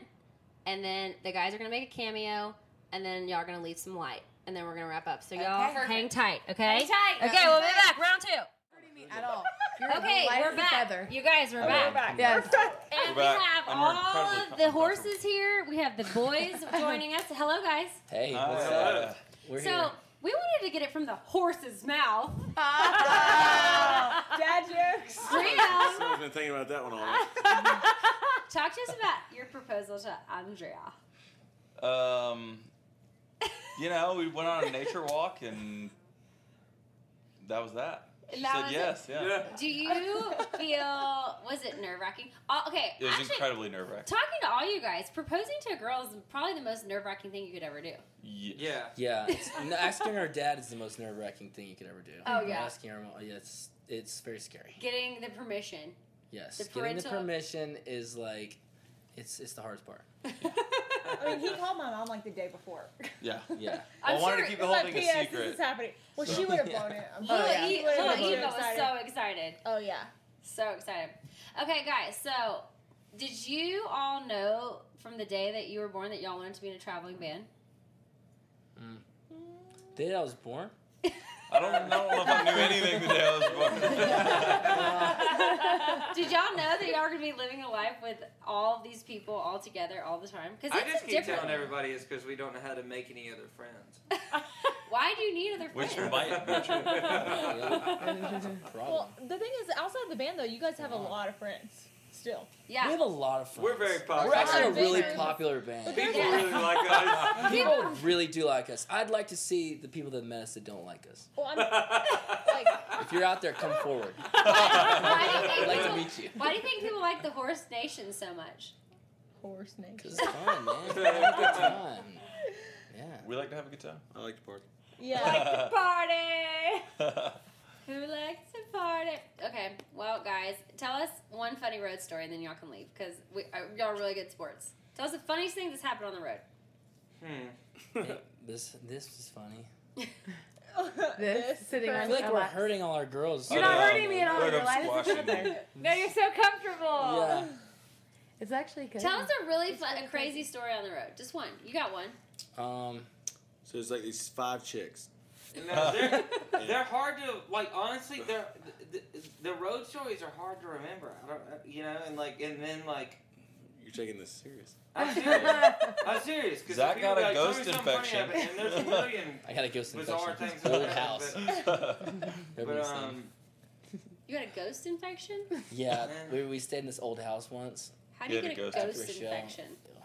S2: And then the guys are gonna make a cameo. And then y'all are gonna leave some light. And then we're gonna wrap up. So y'all
S4: Okay.
S2: hang tight, okay?
S5: Hang tight.
S2: Okay, we'll be back. Round two.
S4: Hurting me at all. You're
S2: Okay,
S4: light as
S2: we're
S4: a
S2: back.
S4: feather.
S2: You guys, we're back.
S4: Yes.
S2: And
S6: Oh, We're
S2: we
S6: back,
S2: have
S6: and we're
S2: all
S6: incredibly
S2: of
S6: com-
S2: the horses here. We have the boys joining us. Hello, guys.
S7: Hey,
S6: Hi.
S7: what's up? We're
S2: So we wanted to get it from the horse's mouth.
S3: Dad jokes.
S2: Graham,
S6: Someone's been thinking about that one all week.
S2: talk to us about your proposal to Andrea.
S7: here. Um, you know, we went on a nature walk and that was that. She
S2: And that
S7: said
S2: was it.
S7: yes, yeah.
S6: Yeah.
S2: Do you feel was it nerve wracking? okay,
S7: It was
S2: actually,
S7: incredibly nerve wracking.
S2: talking to all you guys, proposing to a girl is probably the most nerve wracking thing you could ever do.
S6: Yeah.
S7: Yeah, it's, no, asking our dad is the most nerve wracking thing you could ever do.
S2: Oh, yeah.
S7: asking our mom, yeah, it's it's very scary.
S2: Getting the permission.
S7: Yes,
S2: The
S7: getting the
S2: parental-
S7: permission is like, it's it's the hardest part.
S3: I mean, he called my mom like the day before.
S6: Yeah.
S7: Yeah,
S2: I'm
S7: I
S2: sure
S7: wanted to keep
S3: It
S7: the
S3: was
S7: whole
S3: like,
S7: thing
S3: "P.S.
S7: a
S3: This
S7: secret.
S3: is happening. Well,
S7: So-
S3: she would have
S7: Yeah.
S3: blown it. Um, I'm
S2: Little,
S3: sure.
S4: yeah.
S3: She
S2: E-
S3: would've
S2: little
S3: been
S2: Eva was
S3: excited.
S2: so excited,
S3: Oh yeah.
S2: so excited. Okay, guys, so did you all know from the day that you were born that y'all wanted to be in a traveling band?
S7: The day I was born.
S6: I don't, I don't know if I knew anything the day I was born.
S2: Did y'all know that y'all were gonna be living a life with all these people all together all the time? Because
S8: I
S2: it's
S8: just
S2: a
S8: keep
S2: different.
S8: telling everybody it's because we don't know how to make any other friends.
S2: Why do you need other friends?
S6: Which might be true.
S3: Well,
S7: Problem.
S3: the thing is, outside the band though, you guys have a lot of friends still.
S7: We
S2: Yeah.
S7: have a lot of friends.
S8: We're very popular.
S7: We're actually a
S3: Popular
S7: really
S3: band.
S7: popular band.
S8: People
S2: Yeah.
S8: really like us.
S7: People really do like us. I'd like to see the people that met us that don't like us.
S3: Well, I'm like,
S9: If you're out there, come forward.
S2: I'd
S9: like to meet you.
S2: Why do you think people like the Horse Nation so much?
S3: Horse nation.
S9: It's fun, man. Have a good time. Yeah.
S7: We like to have a good time. I like to party.
S3: Yeah.
S2: Party! Who likes to party? Okay, well, guys, tell us one funny road story and then y'all can leave because we, uh, y'all are really good sports. Tell us the funniest thing that's happened on the road.
S8: Hmm.
S9: This this is funny.
S3: this sitting
S9: I feel like we're hurting all our girls.
S7: You're not hurting me at all.
S6: Look,
S7: You're
S6: I'm squashing you.
S5: No, you're so comfortable.
S9: Yeah.
S3: It's actually good.
S2: Tell us a really fun, a crazy story on the road. Just one. You got one.
S9: Um.
S10: So it's like these five chicks.
S8: No, they're, they're hard to like. Honestly, they're the, the road stories are hard to remember. I don't, uh, you know, and like, and then like,
S10: You're taking this serious.
S8: I'm serious. I'm serious because
S7: Zach got a ghost infection."
S8: and there's a million.
S9: I gotta go some
S8: Bizarre things
S9: old
S8: about
S9: house.
S8: it, But
S9: Everybody's saying-
S8: um,
S2: You got a ghost infection?
S9: yeah,
S8: man.
S9: we, we stayed in this old house once.
S2: How do you
S7: Yeah,
S2: get a
S7: the
S2: ghost,
S7: ghost
S9: after a show.
S2: infection?
S9: Uh,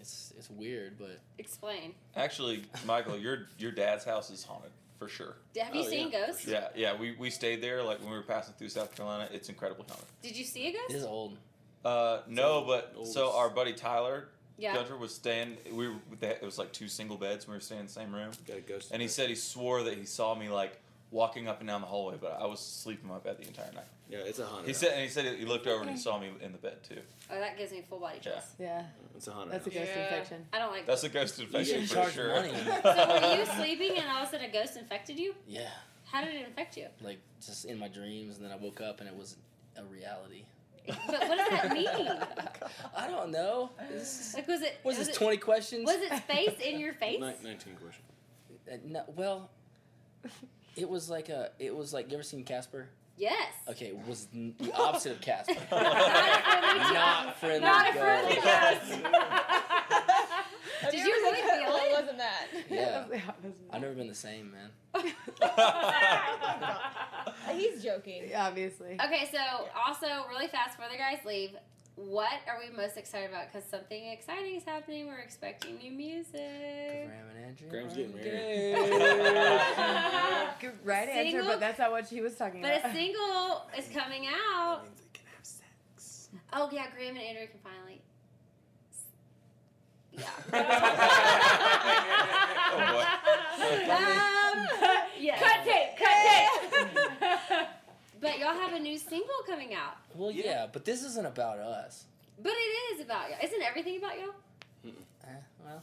S9: It's it's weird, but
S2: Explain.
S7: Actually, Michael, your your dad's house is haunted for sure.
S2: Have you
S9: Oh,
S2: seen
S9: yeah, for
S2: ghosts?
S7: Yeah, yeah. We, we stayed there like when we were passing through South Carolina. It's incredibly haunted.
S2: Did you see a
S9: it is
S2: ghost?
S9: old.
S7: Uh, no, but
S10: old
S7: so
S10: as-
S7: our buddy Tyler
S2: Yeah.
S7: Gunter was staying. We were, they, it was like two single beds. We were staying in the same room,
S10: Got a ghost.
S7: and he said he swore that he saw me like walking up and down the hallway, but I was asleep in my bed the entire night.
S10: "Yeah, it's a haunted.
S7: He
S10: house.
S7: said, and he said he looked over and he saw me in the bed too.
S2: Oh, that gives me full body
S7: Yeah.
S2: chills.
S10: Yeah, it's a haunted.
S1: That's a
S10: house.
S1: ghost
S5: Yeah.
S1: infection.
S2: I don't like
S7: That's
S2: ghosts.
S7: a ghost
S9: You
S7: infection
S9: should
S7: for
S9: charge
S7: sure.
S9: money.
S2: So were you sleeping and all of a sudden a ghost infected you?
S9: Yeah,
S2: How did it infect you?
S9: like just in my dreams, and then I woke up and it was a reality.
S2: But what does that mean?
S9: I don't know. This is-
S2: Like was it
S9: What is
S2: was
S9: this?
S2: it,
S9: Twenty questions?
S2: was it space in your face?
S10: Nin- Nineteen question.
S9: Uh, no, well, it was like a. It was like you ever seen Casper?
S2: Yes.
S9: Okay, it was n- the opposite of Casper.
S2: Not
S9: Not friendly.
S2: Not a
S9: girl.
S2: friendly ghost. Did you really feel
S3: it?
S2: it?
S3: Wasn't that?
S9: Yeah, I've never been the same, man.
S3: He's joking.
S1: Obviously.
S2: Okay, so also really fast before the guys leave, what are we most excited about? Because something exciting is happening. We're expecting new music.
S9: Graham and Andrew.
S10: Graham's
S9: are
S10: getting
S9: engaged.
S1: Good right answer,
S2: Single-
S1: but that's not what she was talking
S2: But a
S1: about.
S2: single is coming out.
S10: means they can have sex.
S2: Oh yeah, Graham and Andrew can finally.
S7: Oh,
S2: Um, yeah.
S5: Cut tape, cut tape.
S2: But y'all have a new single coming out.
S9: well,
S8: Yeah.
S9: yeah, but this isn't about us.
S2: But it is about y'all. Isn't everything about y'all?
S9: Eh, well,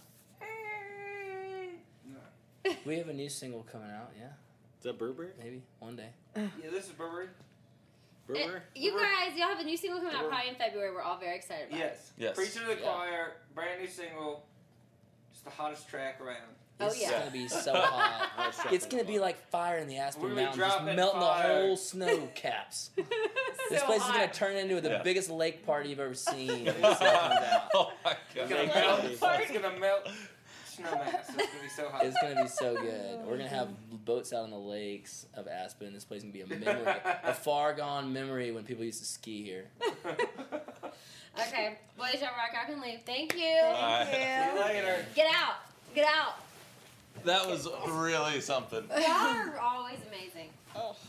S9: we have a new single coming out. Yeah,
S10: Is that Burberry?
S9: maybe one day.
S8: yeah, this is Burberry.
S2: It-
S10: Burberry.
S2: you
S8: We're-
S2: guys, y'all have a new single coming out
S8: We're-
S2: probably in February. We're all very excited about.
S8: Yes.
S7: Yes.
S8: Preacher to the
S9: Yeah.
S8: choir, brand new single, just the hottest track around.
S2: Oh,
S9: It's
S2: yeah.
S9: gonna be so hot.
S10: Oh, shut
S9: It's
S10: the
S9: gonna be
S10: fuck.
S9: like fire in the Aspen
S8: We're gonna
S9: Mountains, just
S8: dropping
S9: melting
S8: fire.
S9: the whole snow caps. this
S5: So
S9: place is gonna
S5: hot.
S9: turn into the
S7: Yeah.
S9: biggest lake party you've ever seen. when this thing comes out.
S7: oh my
S8: It's
S7: god!
S8: gonna
S10: Like,
S8: melt.
S10: party.
S8: It's gonna melt snowmass. It's gonna be so hot.
S9: It's gonna be so good. We're gonna have boats out on the lakes of Aspen. This place is gonna be a memory, a far gone memory when people used to ski here.
S2: it. Okay, boys, y'all rock. I can leave. Thank you.
S7: Alright.
S8: See you later.
S2: Get out. Get out.
S7: That was really something.
S2: Y'all are always amazing.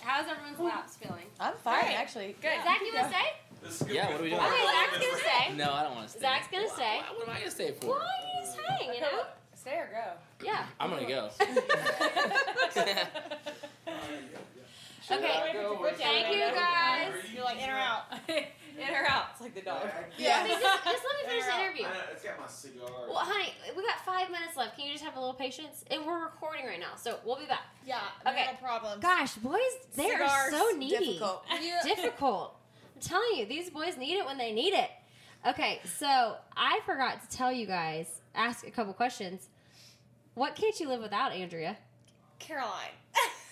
S2: How's everyone's laps feeling?
S4: I'm fine,
S5: Great.
S4: actually.
S5: Good.
S2: Oh. Zach, you wanna say?
S8: This is
S9: Yeah, what are we doing?
S2: Okay, Zach's gonna say.
S9: No, I don't want to stay.
S2: Zach's gonna
S9: Why-
S2: say.
S9: why- What, am I gonna stay for?
S2: Well, you just hang, you know?
S5: Stay or go.
S2: Yeah.
S9: I'm gonna go.
S2: Okay. Thank you guys.
S5: You're like in or out. in or out. It's like the dog.
S2: I mean, just, just let me finish the interview.
S10: it's got my cigar.
S2: Well, honey, we got five minutes left. Can you just have a little patience? And we're recording right now, so we'll be back.
S3: Yeah.
S2: Okay.
S3: No problem.
S11: Gosh, boys, they are
S3: Cigars,
S11: so needy.
S4: Difficult.
S11: difficult.
S2: I'm telling you, these boys need it when they need it. Okay, so I forgot to tell you guys, ask a couple questions. What can't you live without, Andrea?
S3: Caroline.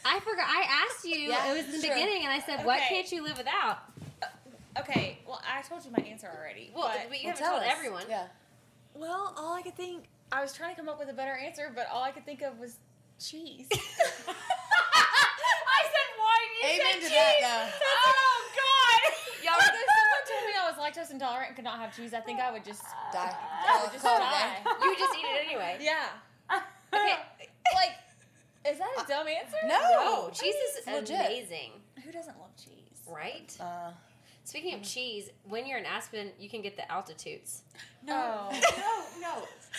S2: I forgot. I asked you.
S4: Yeah,
S2: it was in the
S4: sure.
S2: beginning, and I said, "What
S3: Okay.
S2: can't you live without?"
S3: Okay. Well, I told you my answer already.
S2: Well,
S3: but-
S2: but, you haven't told everyone.
S4: Yeah.
S3: Well, all I could think, I was trying to come up with a better answer, but all I could think of was cheese.
S5: I said wine. You
S4: Amen
S5: said
S4: to
S5: cheese.
S4: that, though.
S5: Oh God.
S3: Y'all, if someone told me I was lactose intolerant and could not have cheese, I think I would just,
S4: Die.
S3: I would Uh, just
S4: Call it
S3: die.
S4: a day.
S2: You just eat it anyway.
S3: Yeah. Okay. Like, is that a dumb answer?
S4: No.
S2: Oh, cheese is
S4: legit.
S2: amazing.
S3: doesn't love cheese?
S2: Right?
S4: Uh,
S2: Speaking of cheese, when you're in Aspen, you can get the altitudes.
S3: No, no, no.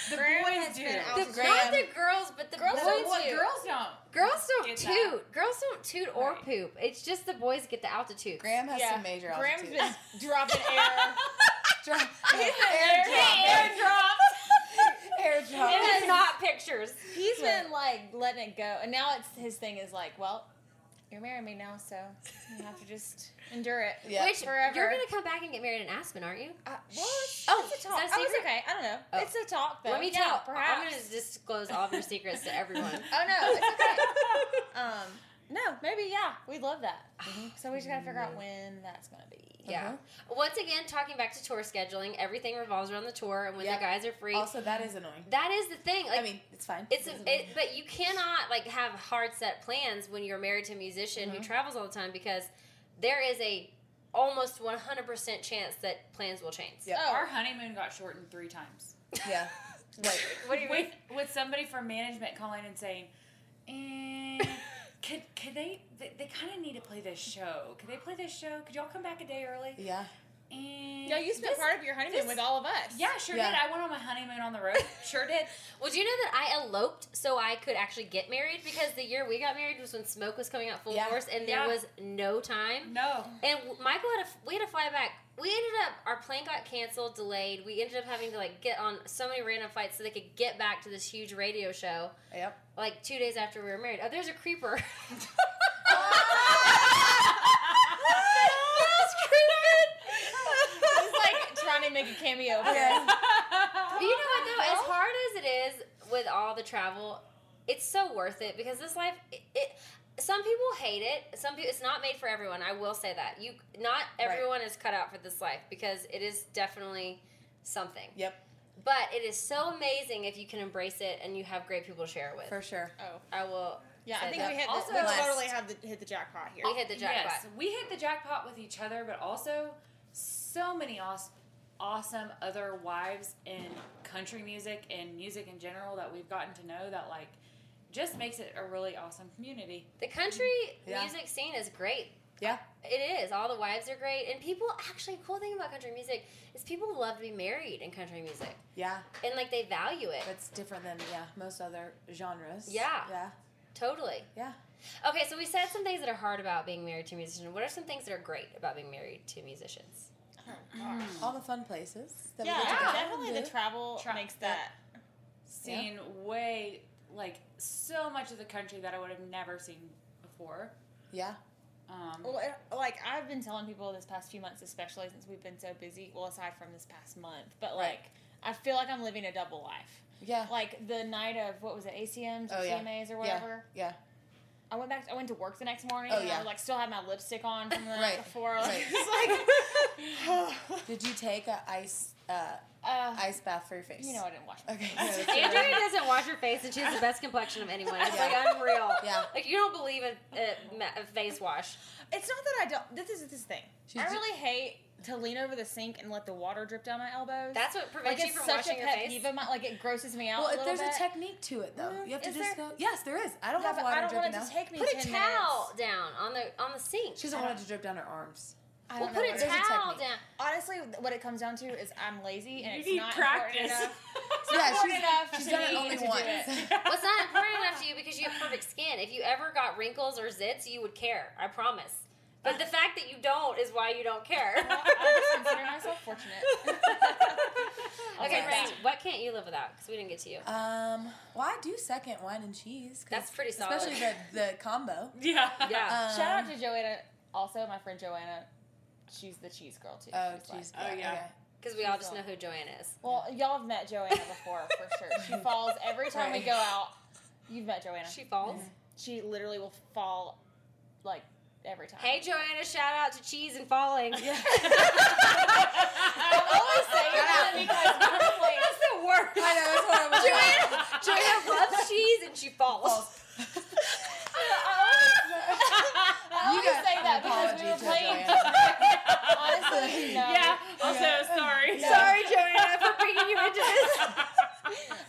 S3: The
S2: Graham
S3: boys
S2: has
S3: do.
S2: been out
S3: The
S2: to- Not
S3: Graham-
S2: the girls, but the
S3: Girls
S2: boys
S3: don't- what,
S2: do.
S3: girls don't
S2: Girls don't
S3: get that.
S2: toot. Girls don't toot or poop. It's just the boys get the altitudes.
S4: Graham has
S3: Yeah,
S4: some major
S3: Graham's
S4: altitude.
S3: been dropping air.
S4: Drop,
S3: He's been
S4: air
S3: air, air drops.
S4: air drop.
S2: It is not pictures.
S3: He's been like letting it go, and now it's his thing is like, well, you're marrying me now, so you have to just endure it.
S4: Yeah.
S2: Which
S3: forever.
S2: you're gonna come back and get married in Aspen, aren't you?
S3: Uh, well, it's,
S2: Oh,
S3: it's a
S2: is
S3: talk.
S2: that a
S3: I was
S2: secret?
S3: okay. I don't know.
S2: Oh.
S3: It's a talk, though.
S2: Let me
S3: Yeah,
S2: tell.
S3: Perhaps.
S2: I'm gonna disclose all of your secrets to everyone.
S3: Oh no, it's okay. um, no, maybe yeah, we'd love that. Mhm. So we just gotta figure out when that's gonna be.
S2: Yeah. Once again, talking back to tour scheduling, everything revolves around the tour and when
S4: Yep.
S2: the guys are free.
S4: Also, that is annoying.
S2: that is the thing. Like,
S4: I mean, it's fine.
S2: It's
S4: It's
S2: it, but you cannot like have hard set plans when you're married to a musician
S4: Mm-hmm.
S2: who travels all the time because there is a almost 100% chance that plans will change.
S4: Yep.
S3: Oh.
S5: Our honeymoon got shortened three times.
S4: yeah. Like,
S5: What do you with, with somebody from management calling and saying, eh, could, could they, they, they kind of need to play this show. Could they play this show? Could y'all come back a day early?
S4: yeah.
S5: Eh,
S3: No, you spent
S5: this-
S3: part of your honeymoon
S5: this-
S3: with all of us.
S5: Yeah, sure
S4: Yeah.
S5: did. I went on my honeymoon on the road. Sure did.
S2: Well, do you know that I eloped so I could actually get married because the year we got married was when smoke was coming out full
S4: Yeah.
S2: force and there
S5: Yeah.
S2: was no time.
S5: No.
S2: And Michael had a we had to fly back. We ended up our plane got canceled, delayed. We ended up having to like get on so many random flights so they could get back to this huge radio show.
S4: Yep.
S2: Like two days after we were married. Oh, there's a creeper. There's
S4: Oh.
S2: creeping.
S3: It's like trying to make a cameo. over here.
S4: Yeah.
S2: But you know what though?
S4: Oh.
S2: As hard as it is with all the travel, it's so worth it because this life. It, it some people hate it. Some people. It's not made for everyone. I will say that you. Not
S4: Right.
S2: everyone is cut out for this life because it is definitely something.
S4: Yep.
S2: But it is so amazing if you can embrace it and you have great people to share it with.
S4: For sure.
S3: Oh.
S2: I will.
S3: Yeah, I
S2: say
S3: think
S2: that.
S3: we hit
S5: Also-
S3: the, we
S4: Blessed.
S3: totally have the, Oh, hit the jackpot here.
S2: we hit the jackpot.
S5: Yes, we hit the jackpot with each other, but also so many awesome, awesome other wives in country music and music in general that we've gotten to know that like just makes it a really awesome community.
S2: The country
S4: Yeah.
S2: music scene is great.
S4: Yeah.
S2: It is. All the wives are great. And people, actually, cool thing about country music is people love to be married in country music.
S4: Yeah.
S2: And, like, they value it.
S4: That's different than yeah most other genres.
S2: Yeah.
S4: Yeah.
S2: Totally.
S4: Yeah.
S2: Okay, so we said some things that are hard about being married to a musician. What are some things that are great about being married to musicians?
S4: All the fun places. That
S3: Oh, yeah,
S4: We get to go
S3: definitely
S4: and
S3: the
S4: do.
S3: travel
S5: Tra-
S3: makes that.
S5: Seen way like so much of the country that I would have never seen before.
S4: yeah.
S5: Um,
S2: Oh,
S3: Well, it- like I've been telling people this past few months, especially since we've been so busy. Well, aside from this past month, but like
S4: Right.
S3: I feel like I'm living a double life.
S4: Yeah.
S3: Like the night of what was it, ACMs or
S4: Oh, yeah.
S3: CMAs or
S4: Yeah.
S3: whatever.
S4: Yeah.
S3: I went back. I went to work the next morning,
S4: Oh,
S3: and
S4: yeah.
S3: I like still had my lipstick on from the
S4: Right.
S3: night before. Like,
S4: Right.
S3: it's like,
S4: Did you take a ice uh,
S3: uh,
S4: ice bath for your face?
S3: you know, I didn't watch.
S4: Okay.
S2: Andrea doesn't wash her face, and she has the best complexion of anyone. It's like unreal.
S4: Yeah.
S2: Like, you don't believe in uh, ma- face wash.
S3: It's not that I don't. This is this thing.
S4: She's
S3: I
S4: ju-
S3: really hate to lean over the sink and let the water drip down my elbows.
S2: That's what
S3: like
S2: prevents you
S3: it's
S2: from
S3: such a
S2: washing your
S3: pet
S2: face.
S3: peeve of mine. Like it grosses me out.
S4: Well,
S3: a
S4: if
S3: little
S4: there's
S3: bit.
S4: a technique to it though,
S3: Mm,
S4: you have to
S3: is
S4: just
S3: there?
S4: go. Yes, there is. I don't
S3: Yeah,
S4: have
S3: but
S4: water
S3: I don't
S4: dripping
S3: want it
S4: down.
S3: to take me
S2: Put
S3: 10
S2: a towel
S3: minutes.
S2: down on the on the sink.
S4: she doesn't want it to drip down her arms.
S3: I
S2: Well,
S3: don't know
S2: put a
S3: what it is.
S2: towel
S4: technique.
S2: down.
S3: Honestly, what it comes down to is I'm lazy and
S5: you
S3: it's
S5: need
S3: not
S5: practice.
S3: important enough. It's not important enough
S4: Yeah, she's- she's
S3: to
S4: done it
S3: me
S4: only
S3: to do
S4: once.
S3: it.
S2: What's not important enough to you because you have perfect skin. If you ever got wrinkles or zits, you would care. I promise. But the fact that you don't is why you don't care.
S3: I just consider myself fortunate. I'll
S2: okay,
S3: take
S2: Rain,
S3: that.
S2: what can't you live without? Because we didn't get to you.
S4: Um, well, I do second wine and cheese. 'cause-
S2: That's pretty solid.
S4: Especially the the combo.
S5: yeah.
S2: Yeah.
S4: Um,
S3: Shout out to Joanna. Also, my friend Joanna. She's the cheese girl too.
S4: Oh,
S3: She's like-
S4: cheese.
S5: Oh, yeah.
S4: okay.
S2: Because we all just know who Joanne is.
S3: Well, y'all have met Joanna before for sure. She falls every time we
S4: Right.
S3: go out. You've met Joanna. She,
S2: She falls.
S3: literally will fall like every time.
S2: Hey, Joanna, shout out to Cheese and Falling.
S4: Yeah.
S3: I always say that because honestly,
S2: That's the worst.
S4: I know it's horrible.
S2: Joanna, Joanna loves cheese and she falls.
S3: I always
S4: You got
S3: say that
S4: an
S3: because we were
S4: apology to
S3: playing. Honestly, no.
S5: Yeah. Also, sorry.
S2: Sorry, Joanna, for bringing you into this.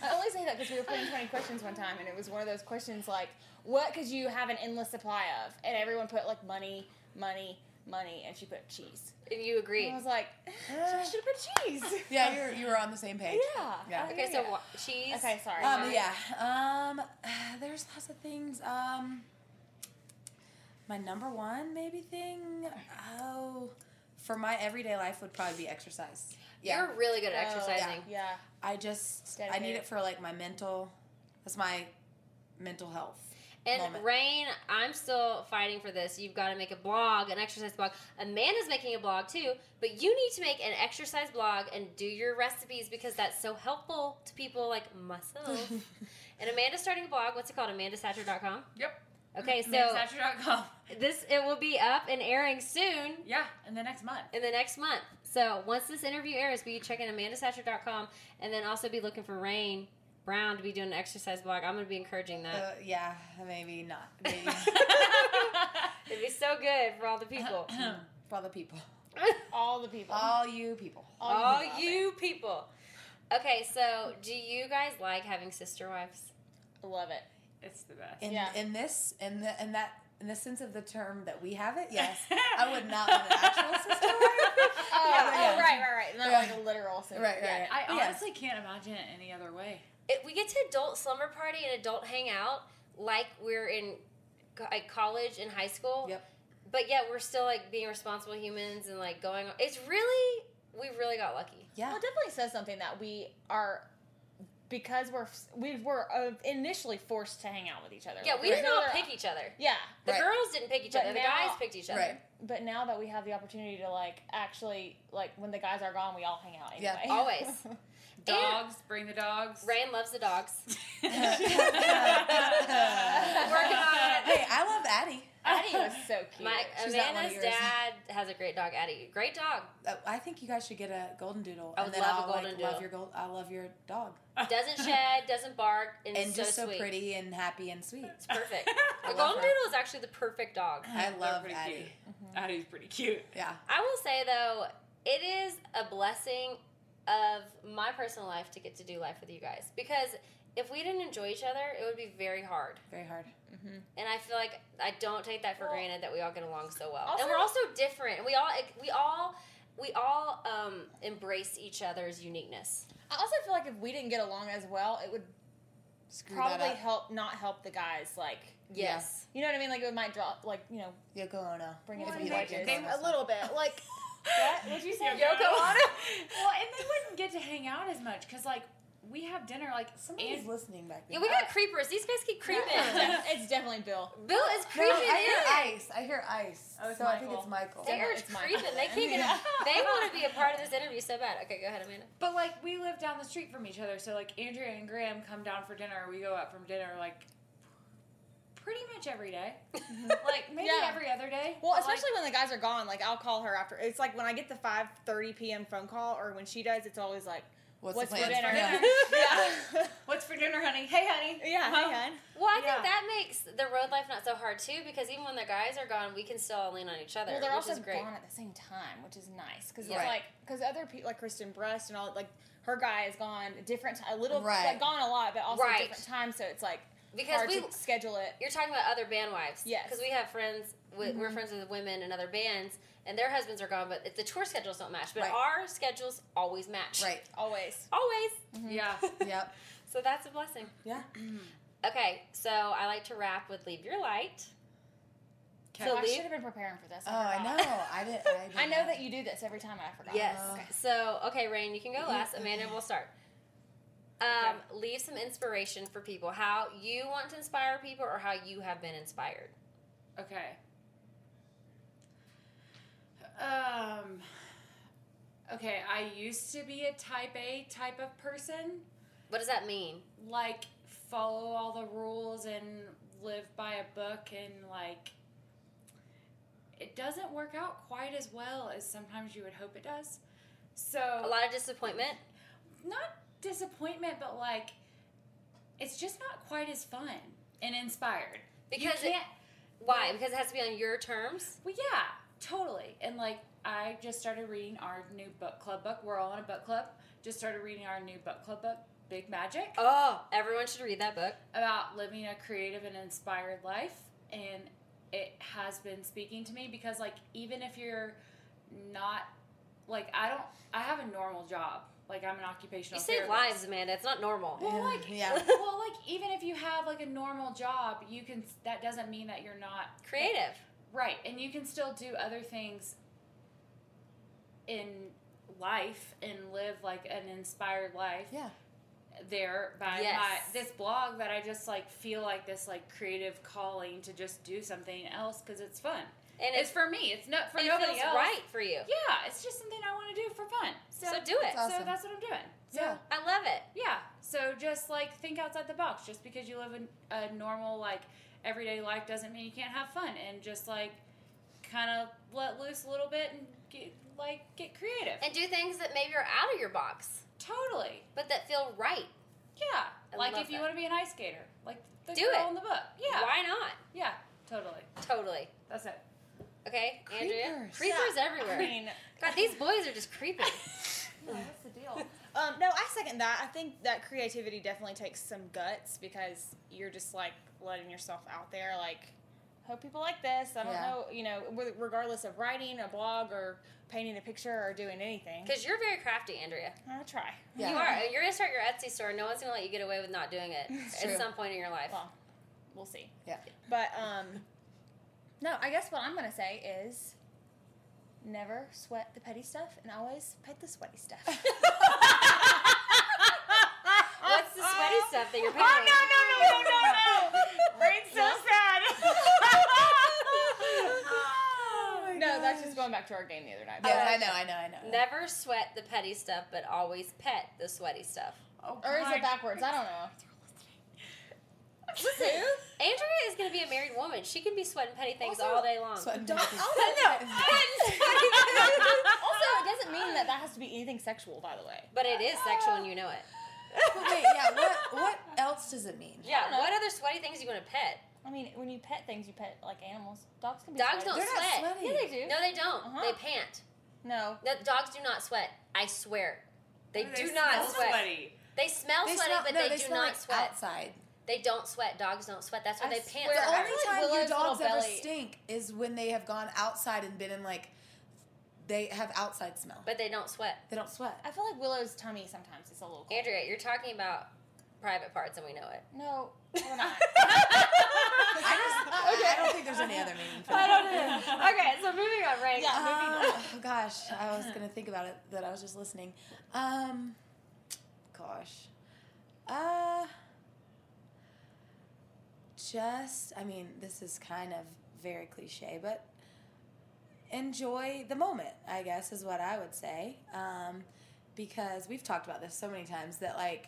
S3: I only say that because we were playing 20 questions one time, and it was one of those questions like, what could you have an endless supply of? And everyone put like money, money, money, and she put cheese.
S2: And you agreed.
S3: I was like, I should have put cheese.
S4: Yeah, you're you were on the same page.
S3: Yeah.
S4: Yeah.
S2: Okay, so wa- cheese.
S3: Okay, sorry.
S4: Um, yeah. Um, there's lots of things. Um, my number one maybe thing. Oh, for my everyday life would probably be exercise. Yeah.
S2: You're really good at
S4: Oh,
S2: exercising.
S4: yeah. I just I need
S2: Dedicated.
S4: it for like my mental. That's my mental health.
S2: And
S4: moment.
S2: Rain, I'm still fighting for this. You've got to make a blog, an exercise blog. Amanda's making a blog too, but you need to make an exercise blog and do your recipes because that's so helpful to people like myself. and Amanda's starting a blog. What's it called? AmandaSatcher.com?
S5: Yep.
S2: Okay,
S4: Mm-hmm.
S2: so
S5: AmandaSatcher.com.
S2: This it will be up and airing soon.
S5: Yeah, in the next month.
S2: In the next month. So once this interview airs, will you check in AmandaSatcher.com and then also be looking for Rain Brown to be doing an exercise blog. I'm going to be encouraging that.
S4: Uh, yeah, maybe not. Uh, Maybe
S2: It'd be so good for all the people.
S4: for all the people.
S3: all the people.
S4: All you people.
S2: All, you people. Okay, so do you guys like having sister wives?
S3: Love it.
S5: It's the best.
S4: In, in this in the in that in the sense of the term that we have it, yes. I would not want an actual sister.
S3: Oh,
S4: Yeah,
S3: oh,
S4: yeah.
S3: right, right, right. Not
S4: Yeah.
S3: like a literal sense.
S4: Right, right,
S3: Yeah.
S4: right.
S5: I
S4: Yeah.
S5: honestly can't imagine it any other way.
S2: It, we get to adult slumber party and adult hangout like we're in co- like college and high school.
S4: Yep.
S2: But yet we're still like being responsible humans and like going. It's really we really got lucky.
S4: Yeah.
S3: Well, it definitely says something that we are because we're we were uh, initially forced to hang out with each other.
S2: Yeah,
S3: Like,
S2: we
S3: there
S2: didn't
S3: was no
S2: all
S3: other-
S2: pick each other.
S3: Yeah.
S2: The
S4: Right.
S2: girls didn't pick each
S3: But
S2: other. The
S3: now-
S2: guys picked each other.
S4: Right.
S3: But now that we have the opportunity to like actually like when the guys are gone, we all hang out
S4: Yeah.
S3: anyway.
S2: Always.
S5: Dogs, bring the dogs.
S2: Rain loves the dogs.
S4: hey,
S2: Working on it.
S4: I love Addie.
S3: Addie was so cute.
S2: My
S4: She's not one of
S2: Amanda's
S4: yours.
S2: dad has a great dog, Addie. Great dog.
S4: Uh, I think you guys should get a golden doodle.
S2: I would
S4: and then
S2: love a
S4: I'll, like,
S2: golden doodle.
S4: Love your gold. I love your dog.
S2: Doesn't shed, doesn't bark, and,
S4: And
S2: is
S4: just so
S2: sweet.
S4: pretty and happy and sweet.
S2: It's perfect.
S5: I
S2: A
S5: love
S2: golden
S5: her.
S2: doodle is actually the perfect dog.
S4: I
S5: They're
S4: love
S5: pretty
S4: Addie.
S5: cute. Addie's pretty cute.
S4: Yeah.
S2: I will say though, it is a blessing of my personal life to get to do life with you guys because if we didn't enjoy each other, it would be very hard.
S4: Very hard.
S2: And I feel like I don't take that for
S3: Well,
S2: granted that we all get along so well.
S3: also-
S2: and we're also different. We all we all we all um, embrace each other's uniqueness.
S3: I also feel like if we didn't get along as well, it would
S4: Screw
S3: probably
S4: that up.
S3: help not help the guys. Like
S2: Yes.
S3: you know what I mean? Like it might drop like you know
S4: Yeah, go on now.
S3: bring
S4: If
S3: it to
S4: you
S3: the
S4: like
S3: edges
S4: it, go on.
S3: a little bit. Like what would you say?
S5: Yoko
S3: Ono?
S5: Well, and they wouldn't get to hang out as much because, like, we have dinner. Like,
S4: Somebody's
S5: and
S4: listening back
S2: Yeah,
S4: there. Uh,
S2: we got creepers. These guys keep creeping.
S3: Yeah, it's definitely Bill.
S2: Bill is
S4: No,
S2: creeping
S4: I hear
S2: in.
S4: ice. I hear ice.
S5: Oh, it's
S4: so I think it's Michael.
S2: They are
S3: It's mine.
S2: creeping. They can't get
S4: Yeah.
S2: They want to be a part of this interview so bad. Okay, go ahead, Amanda.
S5: But like we live down the street from each other, so like Andrea and Graham come down for dinner. We go out from dinner like pretty much every day, like maybe
S3: Yeah.
S5: every other day.
S3: Well,
S5: But, like,
S3: especially when the guys are gone, like I'll call her after. It's like when I get the five thirty p.m. phone call, or when she does, it's always like,
S4: What's,
S3: "What's,
S4: the
S3: for
S4: plan?
S3: dinner?"
S4: Yeah.
S3: yeah,
S5: what's for dinner, honey? Hey, honey.
S3: yeah.
S5: Mom.
S3: Hey, hon.
S2: Well, I
S5: Yeah.
S2: think that makes the road life not so hard too, because even when the guys are gone, we can still all lean on each other,
S3: Well, they're
S2: which
S3: also
S2: is great.
S3: gone at the same time, which is nice because
S2: Yeah.
S3: it's like because other people like Kristen Brust and all like her guy is gone a different ti- a little
S4: Right.
S3: like gone a lot, but also
S2: Right.
S3: a different time, so it's like
S2: Because
S3: hard
S2: we,
S3: to schedule it.
S2: you're talking about other band wives,
S3: Yes. Mm-hmm.
S2: Because we have friends, with, we're friends with women in other bands, and their husbands are gone, but it, the tour schedules don't match. But
S4: Right.
S2: our schedules always match,
S4: Right.
S3: Always.
S2: Always.
S5: Yeah.
S4: Yep.
S2: So that's a blessing.
S4: Yeah.
S2: Okay, so I like to wrap with "Leave Your Light."
S3: So
S2: So
S3: I
S2: leave-
S3: should have been preparing for this.
S4: Oh, I
S3: forgot.
S4: know. I didn't. I, didn't
S3: I know that you do this every time. and I forgot.
S2: Yes.
S4: Okay.
S2: So, okay, Rain, you can go last.
S5: Mm-hmm.
S2: Amanda, we'll start. Um, Leave some inspiration for people. How you want to inspire people, or how you have been inspired.
S5: Okay. Um. Okay, I used to be a type A type of person,
S2: What does that mean?
S5: like follow all the rules and live by a book and like it doesn't work out quite as well as sometimes you would hope it does. So
S2: A lot of disappointment.
S5: not disappointment, but like it's just not quite as fun and inspired. you
S2: Because it-
S5: can't
S2: Why? Because it has to be on your terms.
S5: well, yeah, totally. And like, I just started reading our new book club book. We're all in a book club. Just started reading our new book club book, Big Magic,
S2: Oh, everyone should read that book.
S5: about living a creative and inspired life. And it has been speaking to me because like even if you're not like I don't I have a normal job. Like I'm an occupational
S2: You save
S5: therapist.
S2: lives, Amanda. It's not normal.
S5: Well, like,
S2: yeah.
S5: well, like, even if you have like a normal job, you can. That doesn't mean that you're not
S2: Creative.
S5: right? And you can still do other things in life and live like an inspired life.
S4: Yeah.
S5: There by
S2: Yes.
S5: my this blog that I just like feel like this like creative calling to just do something else because it's fun
S2: And
S5: it's
S2: it-
S5: for me. It's not for
S2: and it
S5: nobody
S2: feels
S5: else.
S2: right for you.
S5: Yeah, it's just something I want to do for fun. So,
S2: So do it. That's
S5: So
S2: awesome.
S5: that's what I'm doing. So
S2: Yeah. I love it.
S5: yeah. So just like think outside the box. Just because you live a, a normal like everyday life doesn't mean you can't have fun and just like kind of let loose a little bit and get like get creative.
S2: And do things that maybe are out of your box.
S5: Totally.
S2: But that feel right.
S5: Yeah.
S2: I
S5: like
S2: love
S5: if you
S2: that.
S5: want to be an ice skater, like the
S2: Do it.
S5: girl in the book. Yeah.
S2: Why not?
S5: Yeah. Totally.
S2: Totally.
S5: That's it.
S2: Okay, Andrea.
S5: Creepers.
S2: Creepers
S5: Yeah,
S2: everywhere.
S5: I mean-
S2: God, these boys are just creepy.
S3: What's the deal? Um, no, I second that. I think that creativity definitely takes some guts because you're just like letting yourself out there. Like, hope people like this. I don't
S2: Yeah.
S3: know, you know, with- regardless of writing a blog or painting a picture or doing anything.
S2: Because you're very crafty, Andrea.
S3: I try.
S2: You are. You're gonna start your Etsy store. No one's gonna let you get away with not doing it
S3: It's
S2: at
S3: true.
S2: some point in your life.
S3: Well, we'll see.
S4: Yeah.
S3: But um, no, I guess what I'm gonna say is. Never sweat the petty stuff and always pet the sweaty stuff.
S2: What's the sweaty stuff that you're
S3: Oh, no, no, no, no, no, no. Brain's so sad. Oh no, that's just going back to our game the other night.
S2: Yeah, I know,
S4: I know, I know.
S2: Never sweat the petty stuff, but always pet the sweaty stuff. Oh,
S3: Or is it backwards? I don't know.
S2: Listen, Andrea is going to be a married woman. She can be sweating petty things
S3: Also-
S2: all day long.
S4: Sweating
S3: Don't-
S4: petty
S3: also- also, it doesn't mean that that has to be anything sexual, by the way.
S2: But it is sexual and you know it.
S4: But wait, yeah. What what else does it mean?
S2: Yeah,
S3: I don't know.
S2: what other sweaty things you want to pet?
S3: I mean, when you pet things, you pet like animals. Dogs can be.
S2: Dogs
S3: sweaty.
S2: don't
S4: They're not
S2: sweat.
S4: sweaty.
S3: Yeah, they do.
S2: No, they don't.
S3: Uh-huh.
S2: They pant.
S3: No.
S2: No, dogs do not sweat. I swear. They
S5: They
S2: do not
S5: smell
S2: sweat.
S5: sweaty.
S2: They smell
S4: They
S2: sweaty,
S4: smell-
S2: but
S4: no,
S2: they,
S4: they
S2: do
S4: smell
S2: not
S4: like
S2: sweat.
S4: outside.
S2: They don't sweat. Dogs don't sweat. That's why
S3: I
S2: they pant. so
S3: swear.
S4: The
S2: hard.
S4: only time your
S3: Willow's little
S4: dogs ever
S3: belly.
S4: stink is when they have gone outside and been in like they have outside smell.
S2: But they don't sweat.
S4: They don't sweat.
S3: I feel like Willow's tummy sometimes is a little. Cold.
S2: Andrea, you're talking about private parts, and we know it.
S3: No, we're not.
S4: I just I- I don't think there's any other meaning for that.
S2: okay, so moving on, right?
S3: Yeah.
S4: Uh, oh gosh, I was gonna think about it that I was just listening. Um, gosh, uh, just I mean, this is kind of very cliche, but enjoy the moment. I guess is what I would say. Um, because we've talked about this so many times that like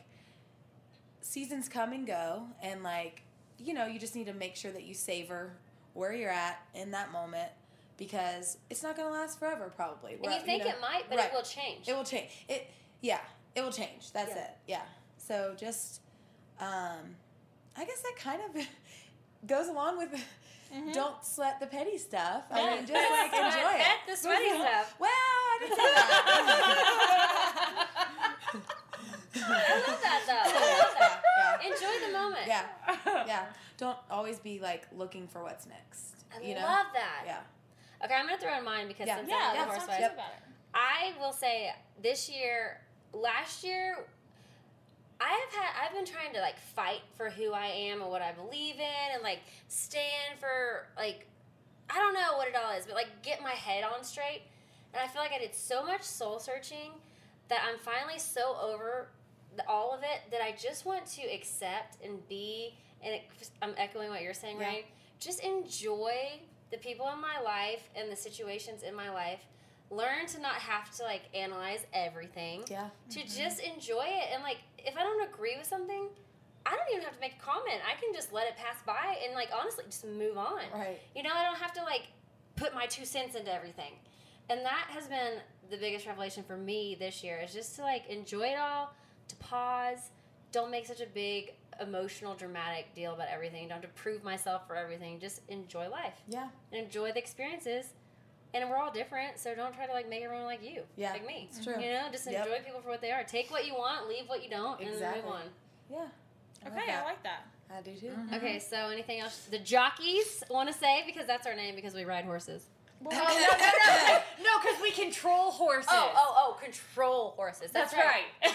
S4: seasons come and go and like you know you just need to make sure that you savor where you're at in that moment because it's not going to last forever probably
S2: And you think it might, but it will change.
S4: it will change it yeah it will change that's
S2: Yeah.
S4: it yeah so just um i guess that kind of goes along with
S2: Mm-hmm.
S4: don't sweat the petty stuff i mean just like
S2: Sweat-
S4: enjoy it
S2: pet the sweaty stuff.
S4: well i didn't say that
S2: I love that though. I
S4: yeah.
S2: love that. Enjoy the moment.
S4: Yeah. Yeah. Don't always be like looking for what's next.
S2: I
S4: You know?
S2: love that.
S4: Yeah.
S2: Okay, I'm gonna throw in mine because
S4: Yeah.
S2: since
S3: yeah,
S2: I'm the
S3: that's
S2: horse
S3: not
S2: wife,
S3: true about it.
S2: I will say this year, last year, I have had I've been trying to like fight for who I am and what I believe in and like stand for like I don't know what it all is, but like get my head on straight. And I feel like I did so much soul searching that I'm finally so over the, all of it that I just want to accept and be and it, I'm echoing what you're saying,
S4: Yeah.
S2: right? Just enjoy the people in my life and the situations in my life. Learn to not have to like analyze everything
S4: Yeah. Mm-hmm.
S2: to just enjoy it and like if i don't agree with something i don't even have to make a comment i can just let it pass by and like honestly just move on
S4: Right.
S2: you know i don't have to like put my two cents into everything and that has been the biggest revelation for me this year is just to like enjoy it all to pause don't make such a big emotional dramatic deal about everything don't have to prove myself for everything just enjoy life
S4: Yeah.
S2: and enjoy the experiences. And we're all different, so don't try to like make everyone like you,
S4: Yeah,
S2: like me.
S4: it's true.
S2: You know, just
S4: Yep.
S2: enjoy people for what they are. Take what you want, leave what you don't, and
S4: Exactly.
S2: move on.
S4: Yeah. I love
S3: Okay, Mm-hmm. I
S4: that.
S3: like that.
S4: I do too.
S2: Okay, so anything else? The jockeys want to say because that's our name because we ride horses.
S4: Well-
S2: no, no, no, no, no, because we control horses. Oh, oh, oh, control horses. That's, right.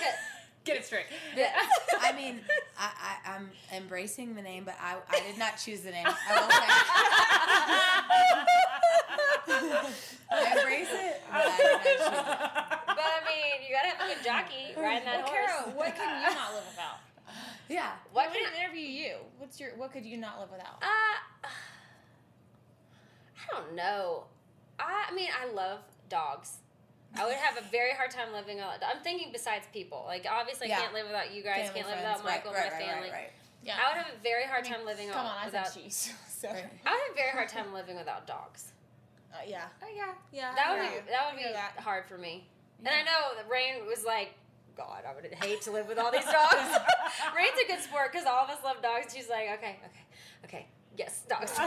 S5: Get it straight.
S4: I mean, I, I, I'm embracing the name, but I, I did not choose the name. I will say. I embrace it.
S2: But I mean, you gotta have a good jockey riding that
S3: Well,
S2: horse.
S3: Carol, what can you not live without?
S4: Yeah.
S3: What can I interview you? What's your? What could you not live without?
S2: Uh, I don't know. I, I mean, I love dogs. I would have a very hard time living without. I'm thinking besides people. Like obviously,
S3: Yeah.
S2: I can't live without you guys.
S3: Family,
S2: can't live
S3: friends,
S2: without
S3: right,
S2: Michael,
S3: right,
S2: my
S3: right, right,
S2: family.
S3: right.
S2: Yeah. I would have a very hard time living
S3: Come on, I
S2: without.
S3: said cheese. So.
S2: I would have a very hard time living without dogs.
S3: Uh, yeah. Oh yeah. Yeah.
S2: that
S3: I
S2: would
S3: hear
S2: be
S3: you.
S2: that would be hard for me. And I know that Rain was like, God, I would hate to live with all these dogs. Rain's a good sport because all of us love dogs. She's like, okay, okay, okay, yes, dogs.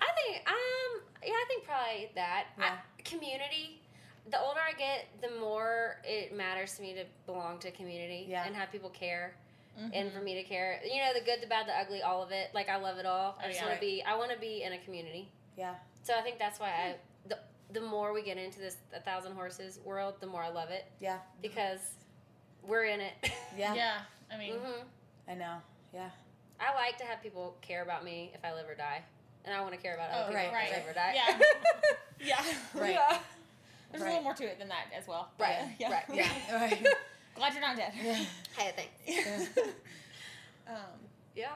S2: I think, um, yeah, I think probably that I, community. The older I get, the more it matters to me to belong to community
S4: Yeah.
S2: and have people care.
S3: Mm-hmm.
S2: And for me to care, you know, the good, the bad, the ugly, all of it. Like I love it all. I
S3: Oh,
S2: just
S3: yeah.
S2: want
S3: Right.
S2: to be. I want to be in a community.
S4: Yeah.
S2: So I think that's why I
S3: Hmm.
S2: the the more we get into this a thousand horses world, the more I love it
S4: Yeah.
S2: because we're in it.
S4: Yeah.
S3: Yeah. I mean,
S2: hmm
S4: I know. Yeah.
S2: I like to have people care about me if I live or die, and I want to care about
S3: Oh,
S2: other people
S3: right,
S2: if I
S3: right.
S2: live or die.
S3: Yeah. yeah.
S4: Right.
S2: Yeah.
S3: There's a little more to it than that as well.
S2: Right,
S3: Yeah.
S2: right,
S3: yeah.
S4: Right.
S3: Glad you're not dead.
S2: Hey, thanks.
S3: um.
S2: Yeah.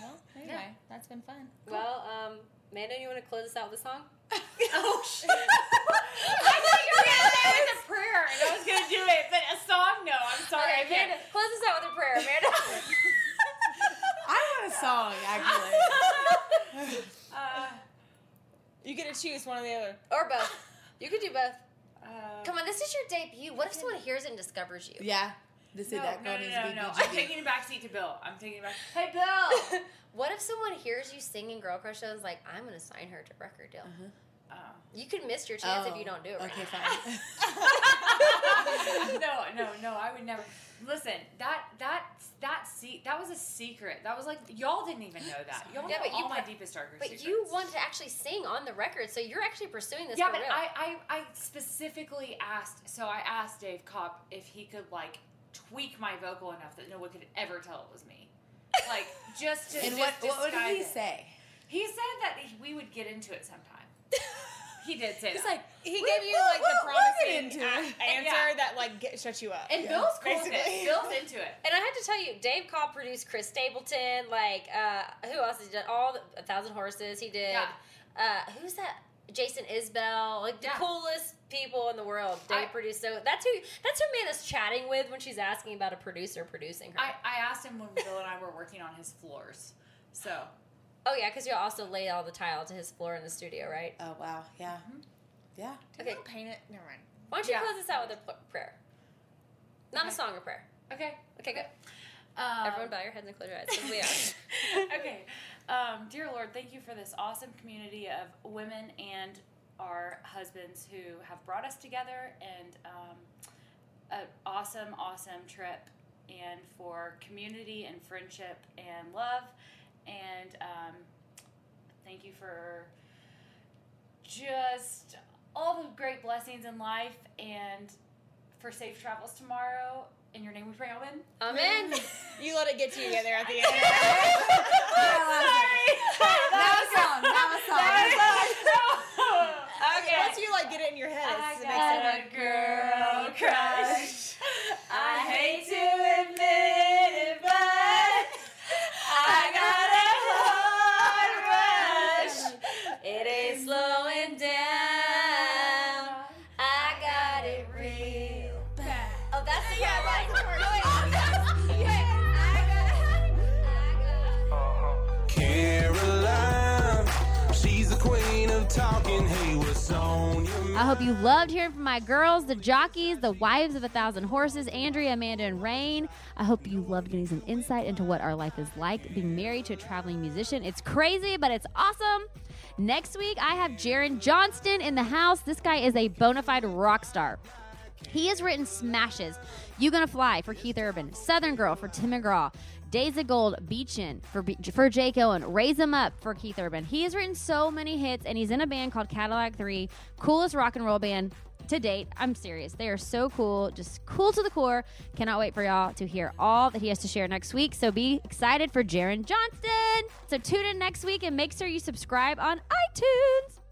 S3: Well, anyway, that's been fun.
S2: Well, um, Amanda, you want to close us out with a song?
S3: oh shit! I thought you were gonna say it was a prayer, and I was gonna do it, but a song. No, I'm sorry.
S2: Okay,
S3: I can't.
S2: Amanda, close us out with a prayer, Amanda.
S4: I want a song, actually.
S3: Uh, you get to choose one or the other.
S2: or both. You could do both.
S5: Uh,
S2: Come on, this is your debut. What if someone hears it and discovers you?
S4: Yeah. This
S5: no,
S4: is that
S5: no,
S4: girl
S5: no,
S4: needs
S5: no,
S4: to be
S5: no.
S4: BGB.
S5: I'm taking a backseat to Bill. I'm taking a back.
S2: Hey, Bill. what if someone hears you singing Girl Crush and is like, I'm going to sign her to record deal?
S5: Um,
S2: You could miss your chance if
S4: Oh,
S2: you don't do it right.
S4: Okay, fine.
S5: Oh. no, no, no. I would never. Listen, that that that se- that was a secret. That was like y'all didn't even know that. Y'all
S2: Yeah,
S5: know
S2: but you
S5: all my
S2: put-
S5: deepest darkest
S2: But
S5: secrets.
S2: you wanted to actually sing on the record, so you're actually pursuing this
S5: yeah,
S2: for
S5: but
S2: real.
S5: I, I I specifically asked. So I asked Dave Kopp if he could like tweak my vocal enough that no one could ever tell it was me. Like just to
S4: and
S5: just
S4: what, what, what
S5: disguise
S4: did he
S5: it.
S4: say?
S5: He said that he- we would get into it sometime. He did say
S4: He's
S5: that.
S4: like,
S3: He
S4: We-
S3: gave you
S4: we'll-
S3: like the
S4: we'll- we'll get
S3: promising
S4: into
S3: a-
S4: it.
S3: answer that like get, shut you up.
S5: and
S4: yeah,
S5: Bill's cool with
S3: basically.
S5: it. Bill's into it.
S2: and I had to tell you, Dave Cobb produced Chris Stapleton. Like, uh, who else has done all the, A Thousand Horses? He did.
S5: Yeah.
S2: Uh, who's that? Jason Isbell, like the
S5: Yeah.
S2: coolest people in the world. Dave
S5: I-
S2: produced. So that's who. That's who Amanda's chatting with when she's asking about a producer producing her.
S5: I, I asked him when Bill and I were working on his floors. So
S2: oh yeah, because you also lay all the tile to his floor in the studio, right?
S4: Oh, wow. Yeah. Yeah.
S3: Did
S2: Okay.
S3: you paint it. Never mind.
S2: Why don't you
S5: Yeah.
S2: close this out with a pl- prayer? Not a
S5: Okay.
S2: song, a prayer.
S5: okay,
S2: Okay, good.
S5: Um,
S2: Everyone, bow your heads and close your eyes. 'cause We are.
S5: okay, um, dear Lord, thank you for this awesome community of women and our husbands who have brought us together and um, an awesome, awesome trip, and for community and friendship and love, and um, thank you for just all the great blessings in life and for safe travels tomorrow. In your name we pray, Amen.
S2: Amen.
S3: You let it get to you there at the end.
S4: That was song. That was song.
S3: okay. Once you like get it in your head,
S5: Oh
S3: it's the next
S5: got a girl crush. I hate to admit it, but I got a hard rush.
S2: It ain't slowing down. I got it real bad. Oh, that's the yeah, right.
S5: Oh,
S1: Caroline, she's the queen of talking. Hey, what's on your
S11: I hope you loved hearing from my girls, the jockeys, the wives of a thousand horses, Andrea, Amanda, and Rain. I hope you loved getting some insight into what our life is like being married to a traveling musician. It's crazy, but it's awesome. Next week, I have Jaron Johnston in the house. This guy is a bona fide rock star.
S2: He has written smashes. You Gonna Fly for Keith Urban, Southern Girl for Tim McGraw, Days of Gold, Beachin for, Be- for Jake Owen, Raise 'em Up for Keith Urban. He has written so many hits, and he's in a band called Cadillac 3, coolest rock and roll band to date. I'm serious. They are so cool, just cool to the core. Cannot wait for y'all to hear all that he has to share next week. So be excited for Jaron Johnston. So tune in next week and make sure you subscribe on iTunes.